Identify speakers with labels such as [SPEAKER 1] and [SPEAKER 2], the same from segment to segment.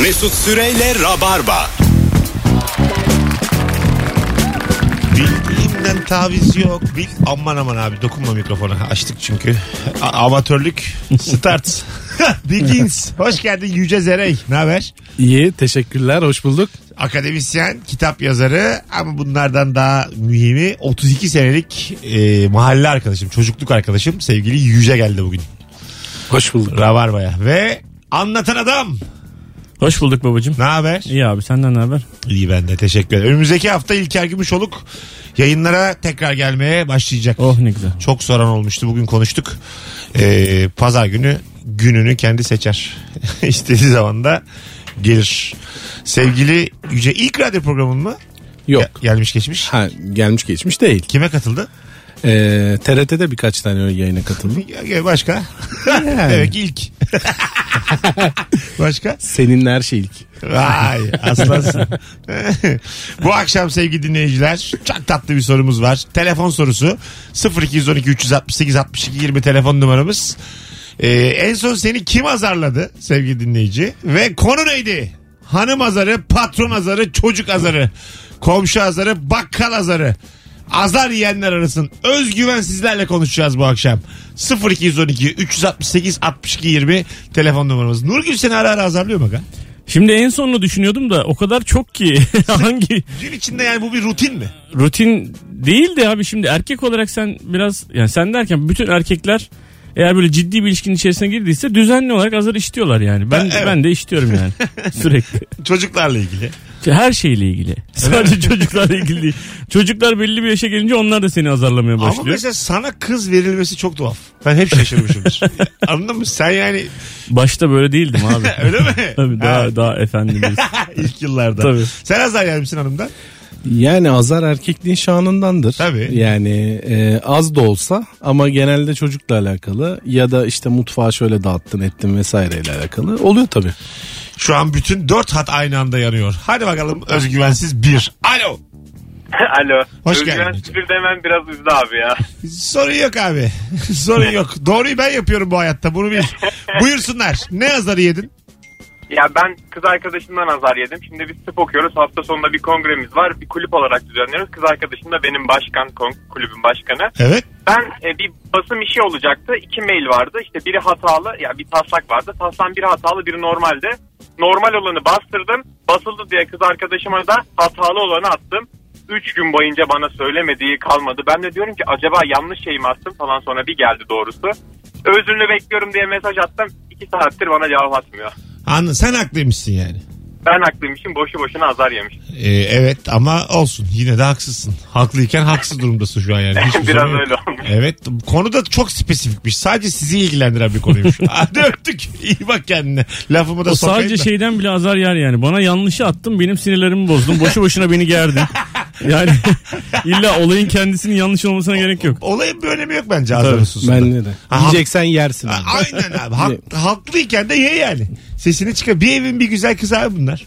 [SPEAKER 1] Mesut Süreyle Rabarba.
[SPEAKER 2] Bildiğimden taviz yok. Bil aman aman abi dokunma mikrofona. Açtık çünkü. A- amatörlük. Start. Begins. Hoş geldin Yüce Zerey. Ne haber?
[SPEAKER 3] İyi teşekkürler hoş bulduk.
[SPEAKER 2] Akademisyen, kitap yazarı ama bunlardan daha mühimi 32 senelik e, mahalle arkadaşım, çocukluk arkadaşım sevgili Yüce geldi bugün.
[SPEAKER 3] Hoş bulduk.
[SPEAKER 2] Rabarba'ya ve anlatan adam.
[SPEAKER 4] Hoş bulduk babacığım.
[SPEAKER 2] Ne haber?
[SPEAKER 4] İyi abi senden ne haber?
[SPEAKER 2] İyi ben de teşekkür ederim. Önümüzdeki hafta İlker Gümüşoluk yayınlara tekrar gelmeye başlayacak.
[SPEAKER 4] Oh ne güzel.
[SPEAKER 2] Çok soran olmuştu. Bugün konuştuk. Ee, Pazar günü gününü kendi seçer. İstediği zaman da gelir. Sevgili Yüce ilk radyo programın mı?
[SPEAKER 3] Yok.
[SPEAKER 2] Ge- gelmiş geçmiş.
[SPEAKER 3] Ha, gelmiş geçmiş değil.
[SPEAKER 2] Kime katıldı?
[SPEAKER 3] Ee, TRT'de birkaç tane öyle yayına katıldım.
[SPEAKER 2] Ya- ya Başka. Demek ki ilk. Başka?
[SPEAKER 3] Seninle her şey ilk.
[SPEAKER 2] Vay aslansın. Bu akşam sevgili dinleyiciler çok tatlı bir sorumuz var. Telefon sorusu 0212 368 62 20 telefon numaramız. Ee, en son seni kim azarladı sevgili dinleyici? Ve konu neydi? Hanım azarı, patron azarı, çocuk azarı, komşu azarı, bakkal azarı. Azar yiyenler arasın. Özgüven sizlerle konuşacağız bu akşam. 0212 368 62 20 telefon numaramız. Nurgül seni ara ara azarlıyor mu? aga?
[SPEAKER 4] Şimdi en sonunu düşünüyordum da o kadar çok ki hangi
[SPEAKER 2] Gün içinde yani bu bir rutin mi?
[SPEAKER 4] rutin değil de abi şimdi erkek olarak sen biraz yani sen derken bütün erkekler eğer böyle ciddi bir ilişkinin içerisine girdiyse düzenli olarak azar işitiyorlar yani. Ben
[SPEAKER 2] Ha, evet.
[SPEAKER 4] ben de işitiyorum yani sürekli.
[SPEAKER 2] Çocuklarla ilgili.
[SPEAKER 4] Her şeyle ilgili. Sadece çocuklarla ilgili değil. Çocuklar belli bir yaşa gelince onlar da seni azarlamaya
[SPEAKER 2] Ama
[SPEAKER 4] başlıyor.
[SPEAKER 2] mesela sana kız verilmesi çok tuhaf. Ben hep şaşırmışımdır. Anladın mı? Sen yani
[SPEAKER 4] Başta böyle değildim abi.
[SPEAKER 2] öyle mi?
[SPEAKER 4] Tabii daha
[SPEAKER 2] Ha,
[SPEAKER 4] daha efendimiz.
[SPEAKER 2] ilk yıllarda.
[SPEAKER 4] Tabii.
[SPEAKER 2] Sen azar yer misin hanımdan?
[SPEAKER 3] Yani azar erkekliğin şanındandır.
[SPEAKER 2] Tabii.
[SPEAKER 3] Yani e, az da olsa ama genelde çocukla alakalı ya da işte mutfağı şöyle dağıttın ettin vesaireyle alakalı oluyor tabii.
[SPEAKER 2] Şu an bütün dört hat aynı anda yanıyor. Hadi bakalım özgüvensiz bir. Alo.
[SPEAKER 5] Alo.
[SPEAKER 2] Hoş
[SPEAKER 5] Özgüven
[SPEAKER 2] geldin.
[SPEAKER 5] Sıfır demem biraz üzdü abi ya.
[SPEAKER 2] Sorun yok abi. Sorun yok. Doğruyu ben yapıyorum bu hayatta. Bunu bil. Buyursunlar. Ne azarı yedin?
[SPEAKER 5] Ya ben kız arkadaşımdan azar yedim. Şimdi biz tıp okuyoruz. Hafta sonunda bir kongremiz var. Bir kulüp olarak düzenliyoruz. Kız arkadaşım da benim başkan, kon- kulübün başkanı.
[SPEAKER 2] Evet.
[SPEAKER 5] Ben e, bir basım işi olacaktı. İki mail vardı. İşte biri hatalı, ya bir taslak vardı. Taslağın biri hatalı, biri normaldi. Normal olanı bastırdım. Basıldı diye kız arkadaşıma da hatalı olanı attım. Üç gün boyunca bana söylemediği kalmadı. Ben de diyorum ki acaba yanlış şey mi attım falan sonra bir geldi doğrusu. Özrünü bekliyorum diye mesaj attım. İki saattir bana cevap atmıyor.
[SPEAKER 2] Anladın. Sen haklıymışsın yani.
[SPEAKER 5] Ben haklıymışım boşu boşuna azar yemiş.
[SPEAKER 2] Ee, evet ama olsun. Yine de haksızsın. Haklıyken haksız durumdasın şu an yani. Hiçbir
[SPEAKER 5] Biraz
[SPEAKER 2] sorun yok.
[SPEAKER 5] öyle olmuş.
[SPEAKER 2] Evet konu da çok spesifikmiş. Sadece sizi ilgilendiren bir konuymuş. Hadi öptük. İyi bak kendine. Lafımı da
[SPEAKER 4] O
[SPEAKER 2] sokayım
[SPEAKER 4] sadece
[SPEAKER 2] da.
[SPEAKER 3] şey-
[SPEAKER 4] şeyden bile azar yer yani. Bana yanlışı attın benim sinirlerimi bozdun. Boşu boşuna beni gerdin. Yani illa olayın kendisinin yanlış olmasına gerek yok.
[SPEAKER 2] Olayın bir önemi yok bence azar hususunda.
[SPEAKER 3] Bende de.
[SPEAKER 2] Ha,
[SPEAKER 3] Yiyeceksen yersin.
[SPEAKER 2] Ha,
[SPEAKER 3] abi.
[SPEAKER 2] Aynen abi. Hak- haklıyken de ye yani. Sesini çıkar. Bir evin bir güzel kızı abi bunlar.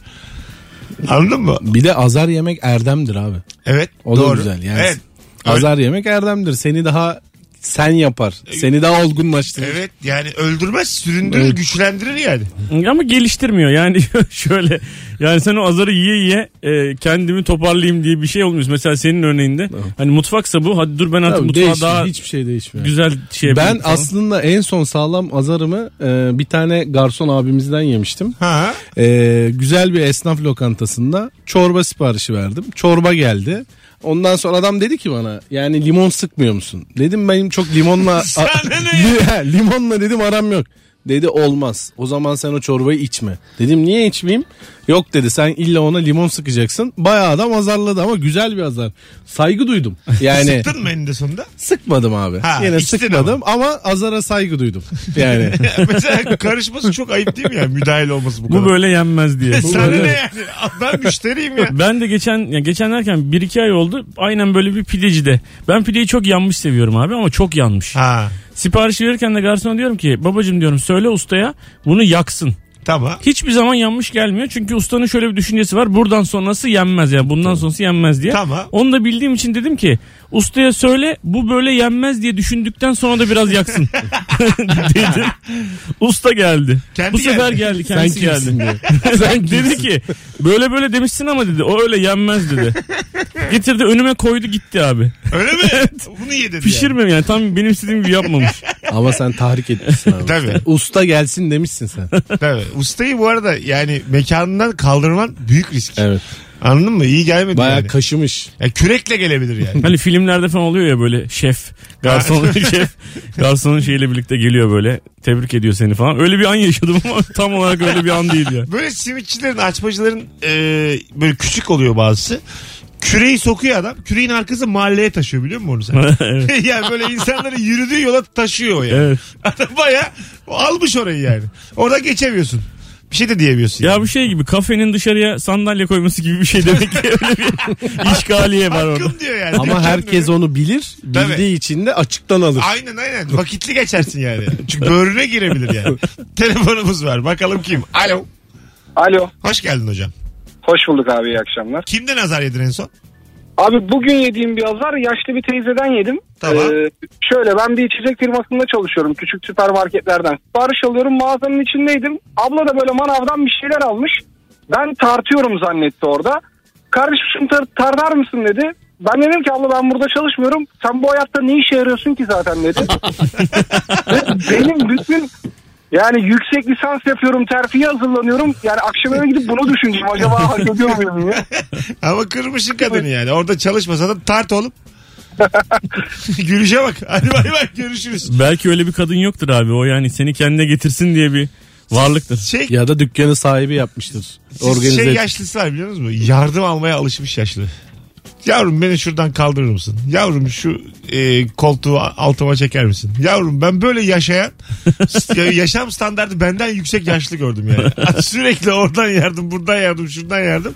[SPEAKER 2] Anladın mı?
[SPEAKER 3] Bir de azar yemek erdemdir abi.
[SPEAKER 2] Evet.
[SPEAKER 3] O da
[SPEAKER 2] doğru.
[SPEAKER 3] güzel yani.
[SPEAKER 2] Evet.
[SPEAKER 3] Azar yemek erdemdir. Seni daha sen yapar. Seni daha olgunlaştırır.
[SPEAKER 2] Evet yani öldürmez, süründürür,
[SPEAKER 3] Evet.
[SPEAKER 2] güçlendirir yani.
[SPEAKER 4] Ama geliştirmiyor yani şöyle. Yani sen o azarı yiye yiye e, kendimi toparlayayım diye bir şey olmuyor. Mesela senin örneğinde. Hani mutfaksa bu. Hadi dur ben artık
[SPEAKER 3] Tabii
[SPEAKER 4] mutfağa
[SPEAKER 3] değişmiyor,
[SPEAKER 4] daha
[SPEAKER 3] hiçbir şey değişmiyor.
[SPEAKER 4] güzel
[SPEAKER 3] ben
[SPEAKER 4] şey yapayım falan.
[SPEAKER 3] aslında en son sağlam azarımı e, bir tane garson abimizden yemiştim.
[SPEAKER 2] Ha.
[SPEAKER 3] E, güzel bir esnaf lokantasında çorba siparişi verdim. Çorba geldi. Ondan sonra adam dedi ki bana yani limon sıkmıyor musun? Dedim benim çok limonla Li- limonla dedim aram yok. Dedi olmaz. O zaman sen o çorbayı içme. Dedim niye içmeyeyim? Yok dedi sen illa ona limon sıkacaksın. Bayağı adam azarladı ama güzel bir azar. Saygı duydum. Yani
[SPEAKER 2] Sıktın mı eninde sonunda?
[SPEAKER 3] Sıkmadım abi.
[SPEAKER 2] Ha,
[SPEAKER 3] Yine
[SPEAKER 2] içtin
[SPEAKER 3] sıkmadım ama. azara saygı duydum. Yani
[SPEAKER 2] Mesela karışması çok ayıp değil mi ya? Müdahil olması bu kadar.
[SPEAKER 4] Bu böyle yenmez diye.
[SPEAKER 2] Sana ne yani? Ben müşteriyim ya.
[SPEAKER 4] Ben de geçen yani geçen derken bir iki ay oldu. Aynen böyle bir pidecide. Ben pideyi çok yanmış seviyorum abi ama çok yanmış.
[SPEAKER 2] Ha.
[SPEAKER 4] Siparişi verirken de garsona diyorum ki babacım diyorum söyle ustaya bunu yaksın.
[SPEAKER 2] Tamam.
[SPEAKER 4] Hiçbir zaman yanmış gelmiyor. Çünkü ustanın şöyle bir düşüncesi var. Buradan sonrası yenmez yani. Bundan sonrası yenmez diye.
[SPEAKER 2] Tamam.
[SPEAKER 4] Onu da bildiğim için dedim ki ustaya söyle bu böyle yenmez diye düşündükten sonra da biraz yaksın. dedim. Usta geldi.
[SPEAKER 2] Kendi
[SPEAKER 4] bu sefer
[SPEAKER 2] geldi.
[SPEAKER 4] geldi. Kendisi geldi. Sen dedi ki böyle böyle demişsin ama dedi. O öyle yenmez dedi. Getirdi önüme koydu gitti abi.
[SPEAKER 2] Öyle mi? Bunu yedin.
[SPEAKER 4] Pişirmem yani tam benim istediğim gibi yapmamış.
[SPEAKER 3] Ama sen tahrik etmişsin abi.
[SPEAKER 2] Tabii.
[SPEAKER 3] Usta gelsin demişsin sen.
[SPEAKER 2] Yani. Tabii. Ustayı bu arada yani mekanından kaldırman büyük risk.
[SPEAKER 3] Evet.
[SPEAKER 2] Anladın mı? İyi gelmedi.
[SPEAKER 3] Bayağı
[SPEAKER 2] yani.
[SPEAKER 3] kaşımış.
[SPEAKER 2] Yani kürekle gelebilir yani.
[SPEAKER 4] Hani filmlerde falan oluyor ya böyle şef, garsonun şef, garsonun şeyle birlikte geliyor böyle tebrik ediyor seni falan. Öyle bir an yaşadım ama tam olarak öyle bir an değil ya.
[SPEAKER 2] Böyle simitçilerin, açmacıların e, böyle küçük oluyor bazısı. Küreği sokuyor adam. Küreğin arkası mahalleye taşıyor biliyor musun onu sen?
[SPEAKER 4] evet.
[SPEAKER 2] yani böyle insanları yürüdüğü yola taşıyor yani.
[SPEAKER 4] evet.
[SPEAKER 2] Adam Baya almış orayı yani. Orada geçemiyorsun. Bir şey de diyemiyorsun.
[SPEAKER 4] Ya
[SPEAKER 2] yani.
[SPEAKER 4] bu şey gibi kafenin dışarıya sandalye koyması gibi bir şey demek ki öyle bir işgaliye var orada.
[SPEAKER 2] Hakkım diyor yani.
[SPEAKER 3] Ama
[SPEAKER 2] Dükkanın
[SPEAKER 3] herkes
[SPEAKER 2] önü-
[SPEAKER 3] onu bilir. Bildiği
[SPEAKER 2] Tabii.
[SPEAKER 3] için de açıktan alır.
[SPEAKER 2] Aynen aynen. Vakitli geçersin yani. Çünkü böğrüne girebilir yani. Telefonumuz var. Bakalım kim? Alo.
[SPEAKER 6] Alo.
[SPEAKER 2] Hoş geldin hocam.
[SPEAKER 6] Hoş bulduk abi iyi akşamlar.
[SPEAKER 2] Kimden azar yedin en son?
[SPEAKER 6] Abi bugün yediğim bir azar yaşlı bir teyzeden yedim.
[SPEAKER 2] Tamam.
[SPEAKER 6] Ee, şöyle ben bir içecek firmasında çalışıyorum. Küçük süpermarketlerden. Sipariş alıyorum mağazanın içindeydim. Abla da böyle manavdan bir şeyler almış. Ben tartıyorum zannetti orada. Kardeşim şunu tar- tartar mısın dedi. Ben dedim ki abla ben burada çalışmıyorum. Sen bu hayatta ne işe yarıyorsun ki zaten dedi. Ve Benim bütün yani yüksek lisans yapıyorum terfiye hazırlanıyorum. Yani akşam eve gidip bunu düşüneceğim. Acaba hak ediyor muyum diye.
[SPEAKER 2] Ama kırmışın kadını yani. Orada çalışmasa da tart oğlum. Gülüşe bak. Hadi bay bay görüşürüz.
[SPEAKER 4] Belki öyle bir kadın yoktur abi o yani seni kendine getirsin diye bir varlıktır.
[SPEAKER 2] Şey,
[SPEAKER 3] Ya da dükkanı sahibi yapmıştır.
[SPEAKER 2] siz
[SPEAKER 3] Organize
[SPEAKER 2] şey
[SPEAKER 3] et-
[SPEAKER 2] yaşlısı var biliyor musunuz? Yardım almaya alışmış yaşlı. Yavrum beni şuradan kaldırır mısın? Yavrum şu e, koltuğu altıma çeker misin? Yavrum ben böyle yaşayan ya- yaşam standartı benden yüksek yaşlı gördüm yani. Sürekli oradan yardım, buradan yardım, şuradan yardım.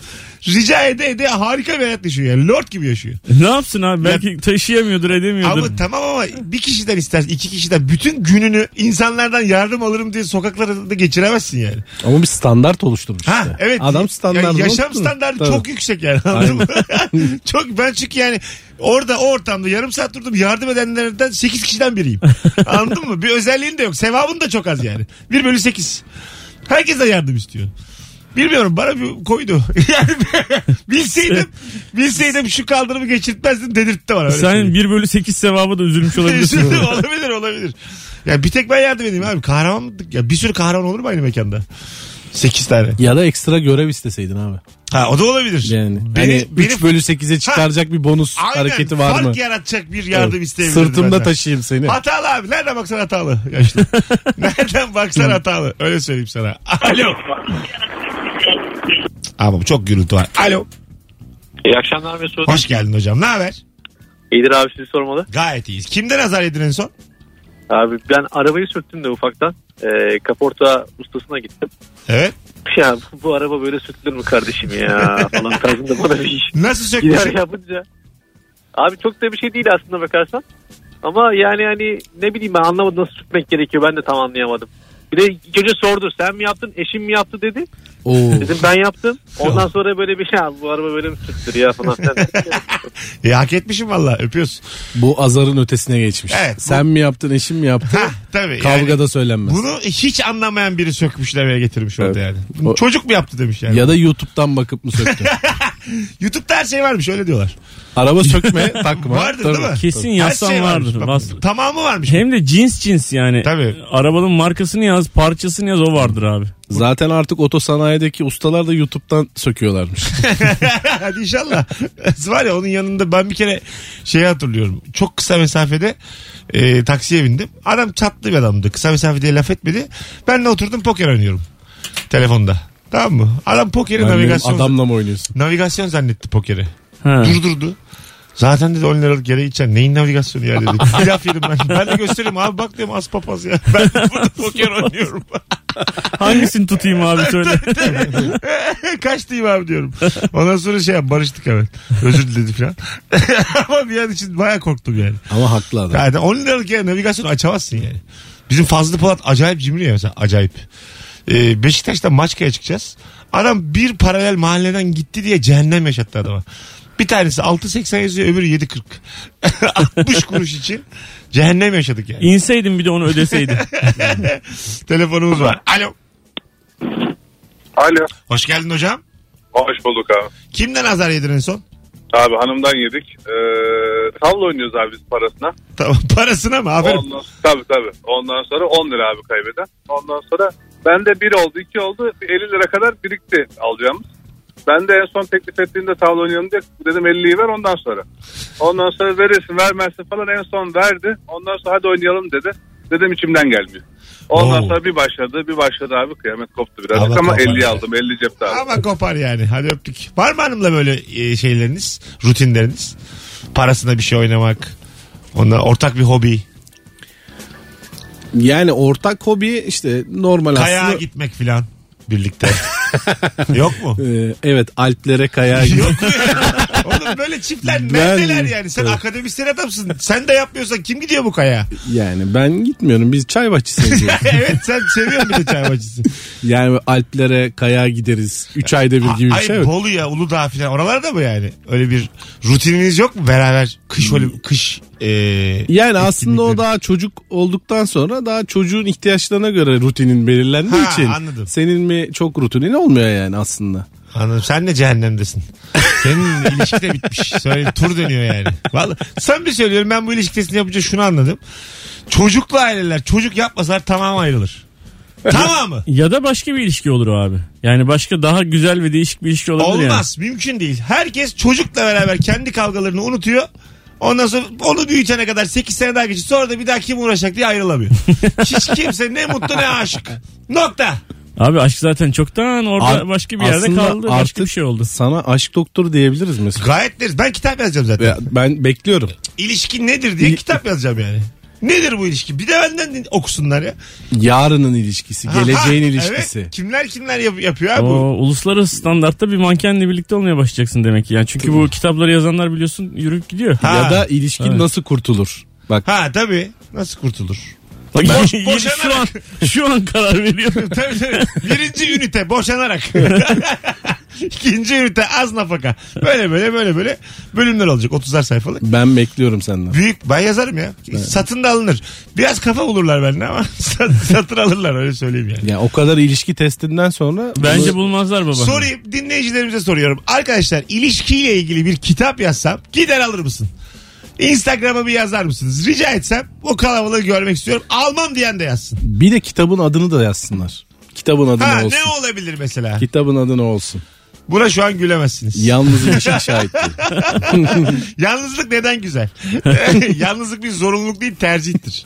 [SPEAKER 2] Rica ede ede harika bir hayat yaşıyor yani. Lord gibi yaşıyor.
[SPEAKER 4] ne yapsın abi belki taşıyamıyordur edemiyordur.
[SPEAKER 2] Ama tamam ama bir kişiden ister, iki kişiden bütün gününü insanlardan yardım alırım diye sokaklarda da geçiremezsin yani.
[SPEAKER 3] Ama bir standart oluşturmuş.
[SPEAKER 2] Ha
[SPEAKER 3] işte.
[SPEAKER 2] evet.
[SPEAKER 3] Adam
[SPEAKER 2] Yani
[SPEAKER 3] standartı.
[SPEAKER 2] yaşam standartı çok yüksek yani anladın mı? çok ben çünkü yani orada o ortamda yarım saat durdum yardım edenlerden 8 kişiden biriyim. anladın mı? Bir özelliğin de yok. Sevabın da çok az yani. 1 bölü 8. Herkes de yardım istiyor. Bilmiyorum bana bir koydu. Yani bilseydim, bilseydim şu kaldırımı geçirtmezdim dedirtti bana. Öyle şey-
[SPEAKER 4] Sen 1 bölü 8 sevabı da üzülmüş olabilirsin.
[SPEAKER 2] Üzüldüm, olabilir olabilir. Ya bir tek ben yardım edeyim abi. Kahraman ya bir sürü kahraman olur mu aynı mekanda? 8 tane.
[SPEAKER 3] Ya da ekstra görev isteseydin abi.
[SPEAKER 2] Ha o da olabilir.
[SPEAKER 3] Yani.
[SPEAKER 2] Beni,
[SPEAKER 3] hani
[SPEAKER 2] beni
[SPEAKER 3] 3 bölü 8'e çıkaracak bir bonus
[SPEAKER 2] aynen
[SPEAKER 3] hareketi var
[SPEAKER 2] fark
[SPEAKER 3] mı?
[SPEAKER 2] yaratacak bir yardım
[SPEAKER 3] Evet.
[SPEAKER 2] isteyebilirdim.
[SPEAKER 3] Sırtımda
[SPEAKER 2] benden.
[SPEAKER 3] taşıyayım seni.
[SPEAKER 2] Hatalı abi. Nereden baksan hatalı yaşlı. Nereden baksan hatalı. Öyle söyleyeyim sana. Alo. Ama bu çok gürültü var. Alo.
[SPEAKER 7] İyi akşamlar Mesut.
[SPEAKER 2] Hoş geldin hocam. Ne haber?
[SPEAKER 7] İyidir abi sizi sormalı.
[SPEAKER 2] Gayet iyiyiz. Kimden azar yedin en son?
[SPEAKER 7] Abi ben arabayı sürttüm de ufaktan. Ee, kaporta ustasına gittim.
[SPEAKER 2] Evet.
[SPEAKER 7] Ya bu, bu araba böyle sürtülür mü kardeşim ya falan tarzında bana bir iş.
[SPEAKER 2] Nasıl sökmüşsün?
[SPEAKER 7] Gider yapınca. Abi çok da bir şey değil aslında bakarsan. Ama yani hani ne bileyim ben anlamadım nasıl sürtmek gerekiyor ben de tam anlayamadım. Bir de gece sordu sen mi yaptın eşim mi yaptı dedi.
[SPEAKER 3] Oo.
[SPEAKER 7] Dedim ben yaptım. Ondan sonra böyle bir şey "Ha, bu araba böyle mi sürtülür ya falan. filan.
[SPEAKER 2] E, hak etmişim valla. Öpüyoruz.
[SPEAKER 3] Bu azarın ötesine geçmiş.
[SPEAKER 2] Evet, bu-
[SPEAKER 3] Sen mi yaptın eşim mi yaptı?
[SPEAKER 2] Ha, tabii. yani.
[SPEAKER 3] Kavgada söylenmez.
[SPEAKER 2] Bunu hiç anlamayan biri sökmüş demeye getirmiş orada yani.
[SPEAKER 3] O-
[SPEAKER 2] Çocuk mu yaptı demiş yani.
[SPEAKER 3] Ya da YouTube'dan bakıp mı söktün?
[SPEAKER 2] YouTube'da her şey varmış öyle diyorlar.
[SPEAKER 3] Araba sökme takma.
[SPEAKER 2] Vardır
[SPEAKER 3] Tabii.
[SPEAKER 2] değil mi?
[SPEAKER 4] Kesin
[SPEAKER 2] Her
[SPEAKER 4] yazsan
[SPEAKER 2] şey varmış.
[SPEAKER 4] vardır.
[SPEAKER 2] Bak,
[SPEAKER 4] Bas-
[SPEAKER 2] Tamamı varmış.
[SPEAKER 4] Hem de cins cins yani.
[SPEAKER 2] Tabii.
[SPEAKER 4] Arabanın markasını yaz, parçasını yaz o vardır abi.
[SPEAKER 3] Zaten artık otosanayideki ustalar da YouTube'dan söküyorlarmış.
[SPEAKER 2] Hadi inşallah. Var ya onun yanında ben bir kere şeyi hatırlıyorum. Çok kısa mesafede e, taksiye bindim. Adam çatlı bir adamdı. Kısa mesafede laf etmedi. Ben de oturdum poker oynuyorum. Telefonda. Tamam mı? Adam pokeri
[SPEAKER 3] Yani benim
[SPEAKER 2] navigasyon,
[SPEAKER 3] adamla mı oynuyorsun?
[SPEAKER 2] navigasyon zannetti pokeri.
[SPEAKER 4] Ha.
[SPEAKER 2] Durdurdu. Zaten dedi 10 liralık yere içen neyin navigasyonu ya dedi. Bir laf yedim ben. Ben de göstereyim abi bak diyorum az papaz ya. Ben burada poker oynuyorum.
[SPEAKER 4] Hangisini tutayım abi söyle.
[SPEAKER 2] Kaç diyeyim abi diyorum. Ondan sonra şey yap, barıştık hemen. Özür diledi falan. Ama bir an için baya korktum yani.
[SPEAKER 3] Ama haklı adam.
[SPEAKER 2] Yani 10 liralık yani navigasyon açamazsın yani. Bizim Fazlı Polat acayip cimri ya mesela acayip. Ee, Beşiktaş'ta Maçka'ya çıkacağız. Adam bir paralel mahalleden gitti diye cehennem yaşattı adama. Bir tanesi 6.80 yazıyor öbürü 7.40. 60 kuruş için cehennem yaşadık yani.
[SPEAKER 4] İnseydim bir de onu ödeseydim.
[SPEAKER 2] Telefonumuz var. Alo.
[SPEAKER 8] Alo.
[SPEAKER 2] Hoş geldin hocam.
[SPEAKER 8] Hoş bulduk abi.
[SPEAKER 2] Kimden azar yedin en son?
[SPEAKER 8] Abi hanımdan yedik. Ee, tavla oynuyoruz abi biz parasına.
[SPEAKER 2] Tamam parasına mı? Aferin.
[SPEAKER 8] Ondan, tabii tabii. Ondan sonra 10 lira abi kaybeden. Ondan sonra bende 1 oldu 2 oldu. Bir 50 lira kadar birikti alacağımız. Ben de en son teklif ettiğinde tavla oynayalım diye dedim 50'yi ver ondan sonra. Ondan sonra verirsin vermezsin falan en son verdi. Ondan sonra hadi oynayalım dedi. Dedim içimden gelmiyor. Ondan
[SPEAKER 2] Oo.
[SPEAKER 8] sonra bir başladı bir başladı abi kıyamet koptu birazcık
[SPEAKER 2] Allah
[SPEAKER 8] ama
[SPEAKER 2] kahretsin.
[SPEAKER 8] 50 aldım 50 cepte aldım.
[SPEAKER 2] Ama kopar yani. Hadi öptük. Var mı hanımla böyle e, şeyleriniz, rutinleriniz? Parasına bir şey oynamak. Onunla ortak bir hobi.
[SPEAKER 3] Yani ortak hobi işte normal
[SPEAKER 2] Kayağa
[SPEAKER 3] aslında.
[SPEAKER 2] gitmek filan birlikte. Yok mu?
[SPEAKER 3] Ee, evet Alplere kayağa git.
[SPEAKER 2] Yok mu ya? Oğlum böyle çiftler neredeler yani? Sen akademisyen adamsın. Sen de yapmıyorsan kim gidiyor bu kaya?
[SPEAKER 3] yani ben gitmiyorum biz çay bahçesine gidiyoruz.
[SPEAKER 2] evet sen seviyorsun bir de çay bacısı.
[SPEAKER 3] yani Alplere kayağa gideriz. 3 ayda bir gibi bir
[SPEAKER 2] Ay
[SPEAKER 3] şey. yok.
[SPEAKER 2] Bolu ya Uludağ filan oralarda mı yani? Öyle bir rutininiz yok mu beraber kış olim- kış e,
[SPEAKER 3] Yani aslında o
[SPEAKER 2] etkinlikleri?
[SPEAKER 3] daha çocuk olduktan sonra daha çocuğun ihtiyaçlarına göre rutinin belirlendiği
[SPEAKER 2] Ha,
[SPEAKER 3] için
[SPEAKER 2] anladım.
[SPEAKER 3] senin mi çok rutinin olmuyor yani aslında.
[SPEAKER 2] Anladım. Sen de cehennemdesin. Senin ilişki de bitmiş. Söyle tur dönüyor yani. Vallahi sen bir söylüyorum ben bu ilişkisini yapınca şunu anladım. Çocuklu aileler çocuk yapmasalar tamam ayrılır. Tamamı.
[SPEAKER 4] ya da başka bir ilişki olur o abi. Yani başka daha güzel ve değişik bir ilişki olabilir
[SPEAKER 2] Olmaz. Mümkün değil. Herkes çocukla beraber kendi kavgalarını unutuyor. Ondan sonra onu büyütene kadar 8 sene daha geçiyor. Sonra da bir daha kim uğraşacak diye ayrılamıyor. Hiç kimse ne mutlu ne aşık. Nokta.
[SPEAKER 4] yani. Abi aşk zaten çoktan orada
[SPEAKER 3] Ar-
[SPEAKER 4] başka bir yerde
[SPEAKER 3] aslında
[SPEAKER 4] kaldı. Başka
[SPEAKER 3] artık
[SPEAKER 4] bir şey oldu.
[SPEAKER 3] Sana aşk doktoru diyebiliriz mesela.
[SPEAKER 2] Gayet deriz. Ben kitap yazacağım zaten.
[SPEAKER 3] Ya Ben bekliyorum.
[SPEAKER 2] İlişki nedir diye kitap yazacağım yani. Nedir bu ilişki? Bir de benden din- okusunlar ya.
[SPEAKER 3] Yarının ilişkisi,
[SPEAKER 2] Ha,
[SPEAKER 3] geleceğin
[SPEAKER 2] ha,
[SPEAKER 3] ilişkisi.
[SPEAKER 2] evet. Kimler kimler yap- yapıyor abi
[SPEAKER 4] O
[SPEAKER 2] bu?
[SPEAKER 4] uluslararası standartta bir mankenle birlikte olmaya başlayacaksın demek ki. Yani çünkü bu kitapları yazanlar biliyorsun yürüyüp gidiyor.
[SPEAKER 2] Ha.
[SPEAKER 3] Ya da ilişkin
[SPEAKER 4] Evet.
[SPEAKER 3] nasıl kurtulur? Bak
[SPEAKER 2] Ha tabii. Nasıl kurtulur?
[SPEAKER 4] Bak,
[SPEAKER 2] Boş-
[SPEAKER 4] yeni-
[SPEAKER 2] boşanarak.
[SPEAKER 4] şu an şu an karar veriyorum.
[SPEAKER 2] tabii tabii. Birinci ünite boşanarak. İkinci ünite az nafaka. Böyle böyle böyle böyle bölümler olacak. 30'ar sayfalık.
[SPEAKER 3] ben bekliyorum senden.
[SPEAKER 2] Büyük ben yazarım ya. Satın da alınır. Biraz kafa bulurlar benimle ama sat- satın alırlar öyle söyleyeyim yani.
[SPEAKER 3] Ya o kadar ilişki testinden sonra
[SPEAKER 4] Bence
[SPEAKER 3] bunu-
[SPEAKER 4] bulmazlar baba.
[SPEAKER 2] Sorayım dinleyicilerimize soruyorum. Arkadaşlar ilişkiyle ilgili bir kitap yazsam gider alır mısın? Instagram'a bir yazar mısınız? Rica etsem o kalabalığı görmek istiyorum. Almam diyen de yazsın.
[SPEAKER 3] bir de kitabın adını da yazsınlar. Kitabın adını
[SPEAKER 2] Ha
[SPEAKER 3] olsun.
[SPEAKER 2] ne olabilir mesela?
[SPEAKER 3] Kitabın adını olsun.
[SPEAKER 2] Buna şu an gülemezsiniz.
[SPEAKER 3] Yalnız ilişki şahitliği.
[SPEAKER 2] Yalnızlık neden güzel? Yalnızlık bir zorunluluk değil tercihtir.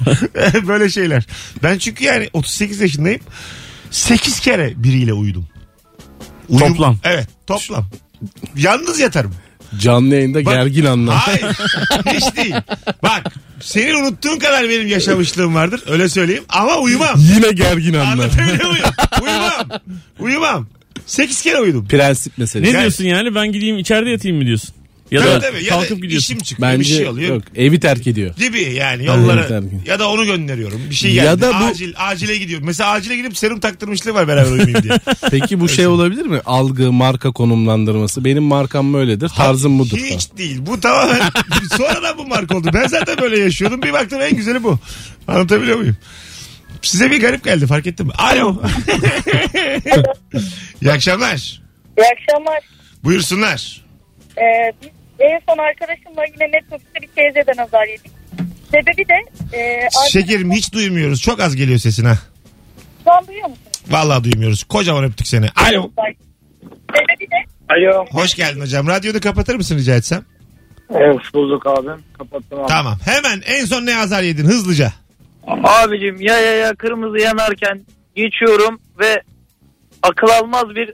[SPEAKER 2] Böyle şeyler. Ben çünkü yani 38 yaşındayım. 8 kere biriyle uyudum. Uyum-
[SPEAKER 4] Toplam.
[SPEAKER 2] Evet toplam. Yalnız yatarım.
[SPEAKER 3] Canlı yayında
[SPEAKER 2] Bak-
[SPEAKER 3] gergin anlam.
[SPEAKER 2] Hayır. Hiç değil. Bak senin unuttuğun kadar benim yaşamışlığım vardır. Öyle söyleyeyim. Ama uyumam.
[SPEAKER 3] Yine gergin anlam.
[SPEAKER 2] Anlatabiliyor muyum? Uyumam. Uyumam. 8 kere uyudum.
[SPEAKER 3] Prensip meselesi.
[SPEAKER 4] Ne diyorsun yani ben gideyim içeride yatayım mı diyorsun? Ya
[SPEAKER 2] Tabii
[SPEAKER 4] da
[SPEAKER 2] tabii. Ya
[SPEAKER 4] kalkıp
[SPEAKER 2] da
[SPEAKER 4] gidiyorsun.
[SPEAKER 2] işim çıktı
[SPEAKER 3] Bence
[SPEAKER 2] bir şey oluyor.
[SPEAKER 3] yok. Evi terk ediyor.
[SPEAKER 2] Gibi yani yollara
[SPEAKER 3] tabii.
[SPEAKER 2] ya da onu gönderiyorum. Bir şey
[SPEAKER 3] Ya
[SPEAKER 2] geldi.
[SPEAKER 3] da bu-
[SPEAKER 2] Acil, acile gidiyorum. Mesela acile gidip serum taktırmışlığı var beraber uyumayayım diye.
[SPEAKER 3] Peki bu şey olabilir mi? Algı, marka konumlandırması. Benim markam böyledir, tarzım budur. falan.
[SPEAKER 2] Hiç değil. Bu tamamen sonradan bu marka oldu. Ben zaten böyle yaşıyordum. Bir baktım en güzeli bu. Anlatabiliyor muyum? Size bir garip geldi fark ettim. Alo. İyi akşamlar.
[SPEAKER 9] İyi akşamlar.
[SPEAKER 2] Buyursunlar.
[SPEAKER 9] Ee, biz en son arkadaşımla yine Netflix'te bir teyzeden azar yedik. Sebebi de... E,
[SPEAKER 2] Şekerim hiç duymuyoruz. Çok az geliyor sesin ha.
[SPEAKER 9] Şu an duyuyor musunuz?
[SPEAKER 2] Vallahi duymuyoruz. Kocaman öptük seni. Alo.
[SPEAKER 9] Sebebi de...
[SPEAKER 7] Alo.
[SPEAKER 2] Hoş geldin hocam. Radyonu kapatır mısın rica etsem?
[SPEAKER 7] Hoş bulduk abim. Kapattım abi.
[SPEAKER 2] Tamam. Hemen en son ne azar yedin hızlıca.
[SPEAKER 7] Abicim ya ya ya kırmızı yanarken geçiyorum ve akıl almaz bir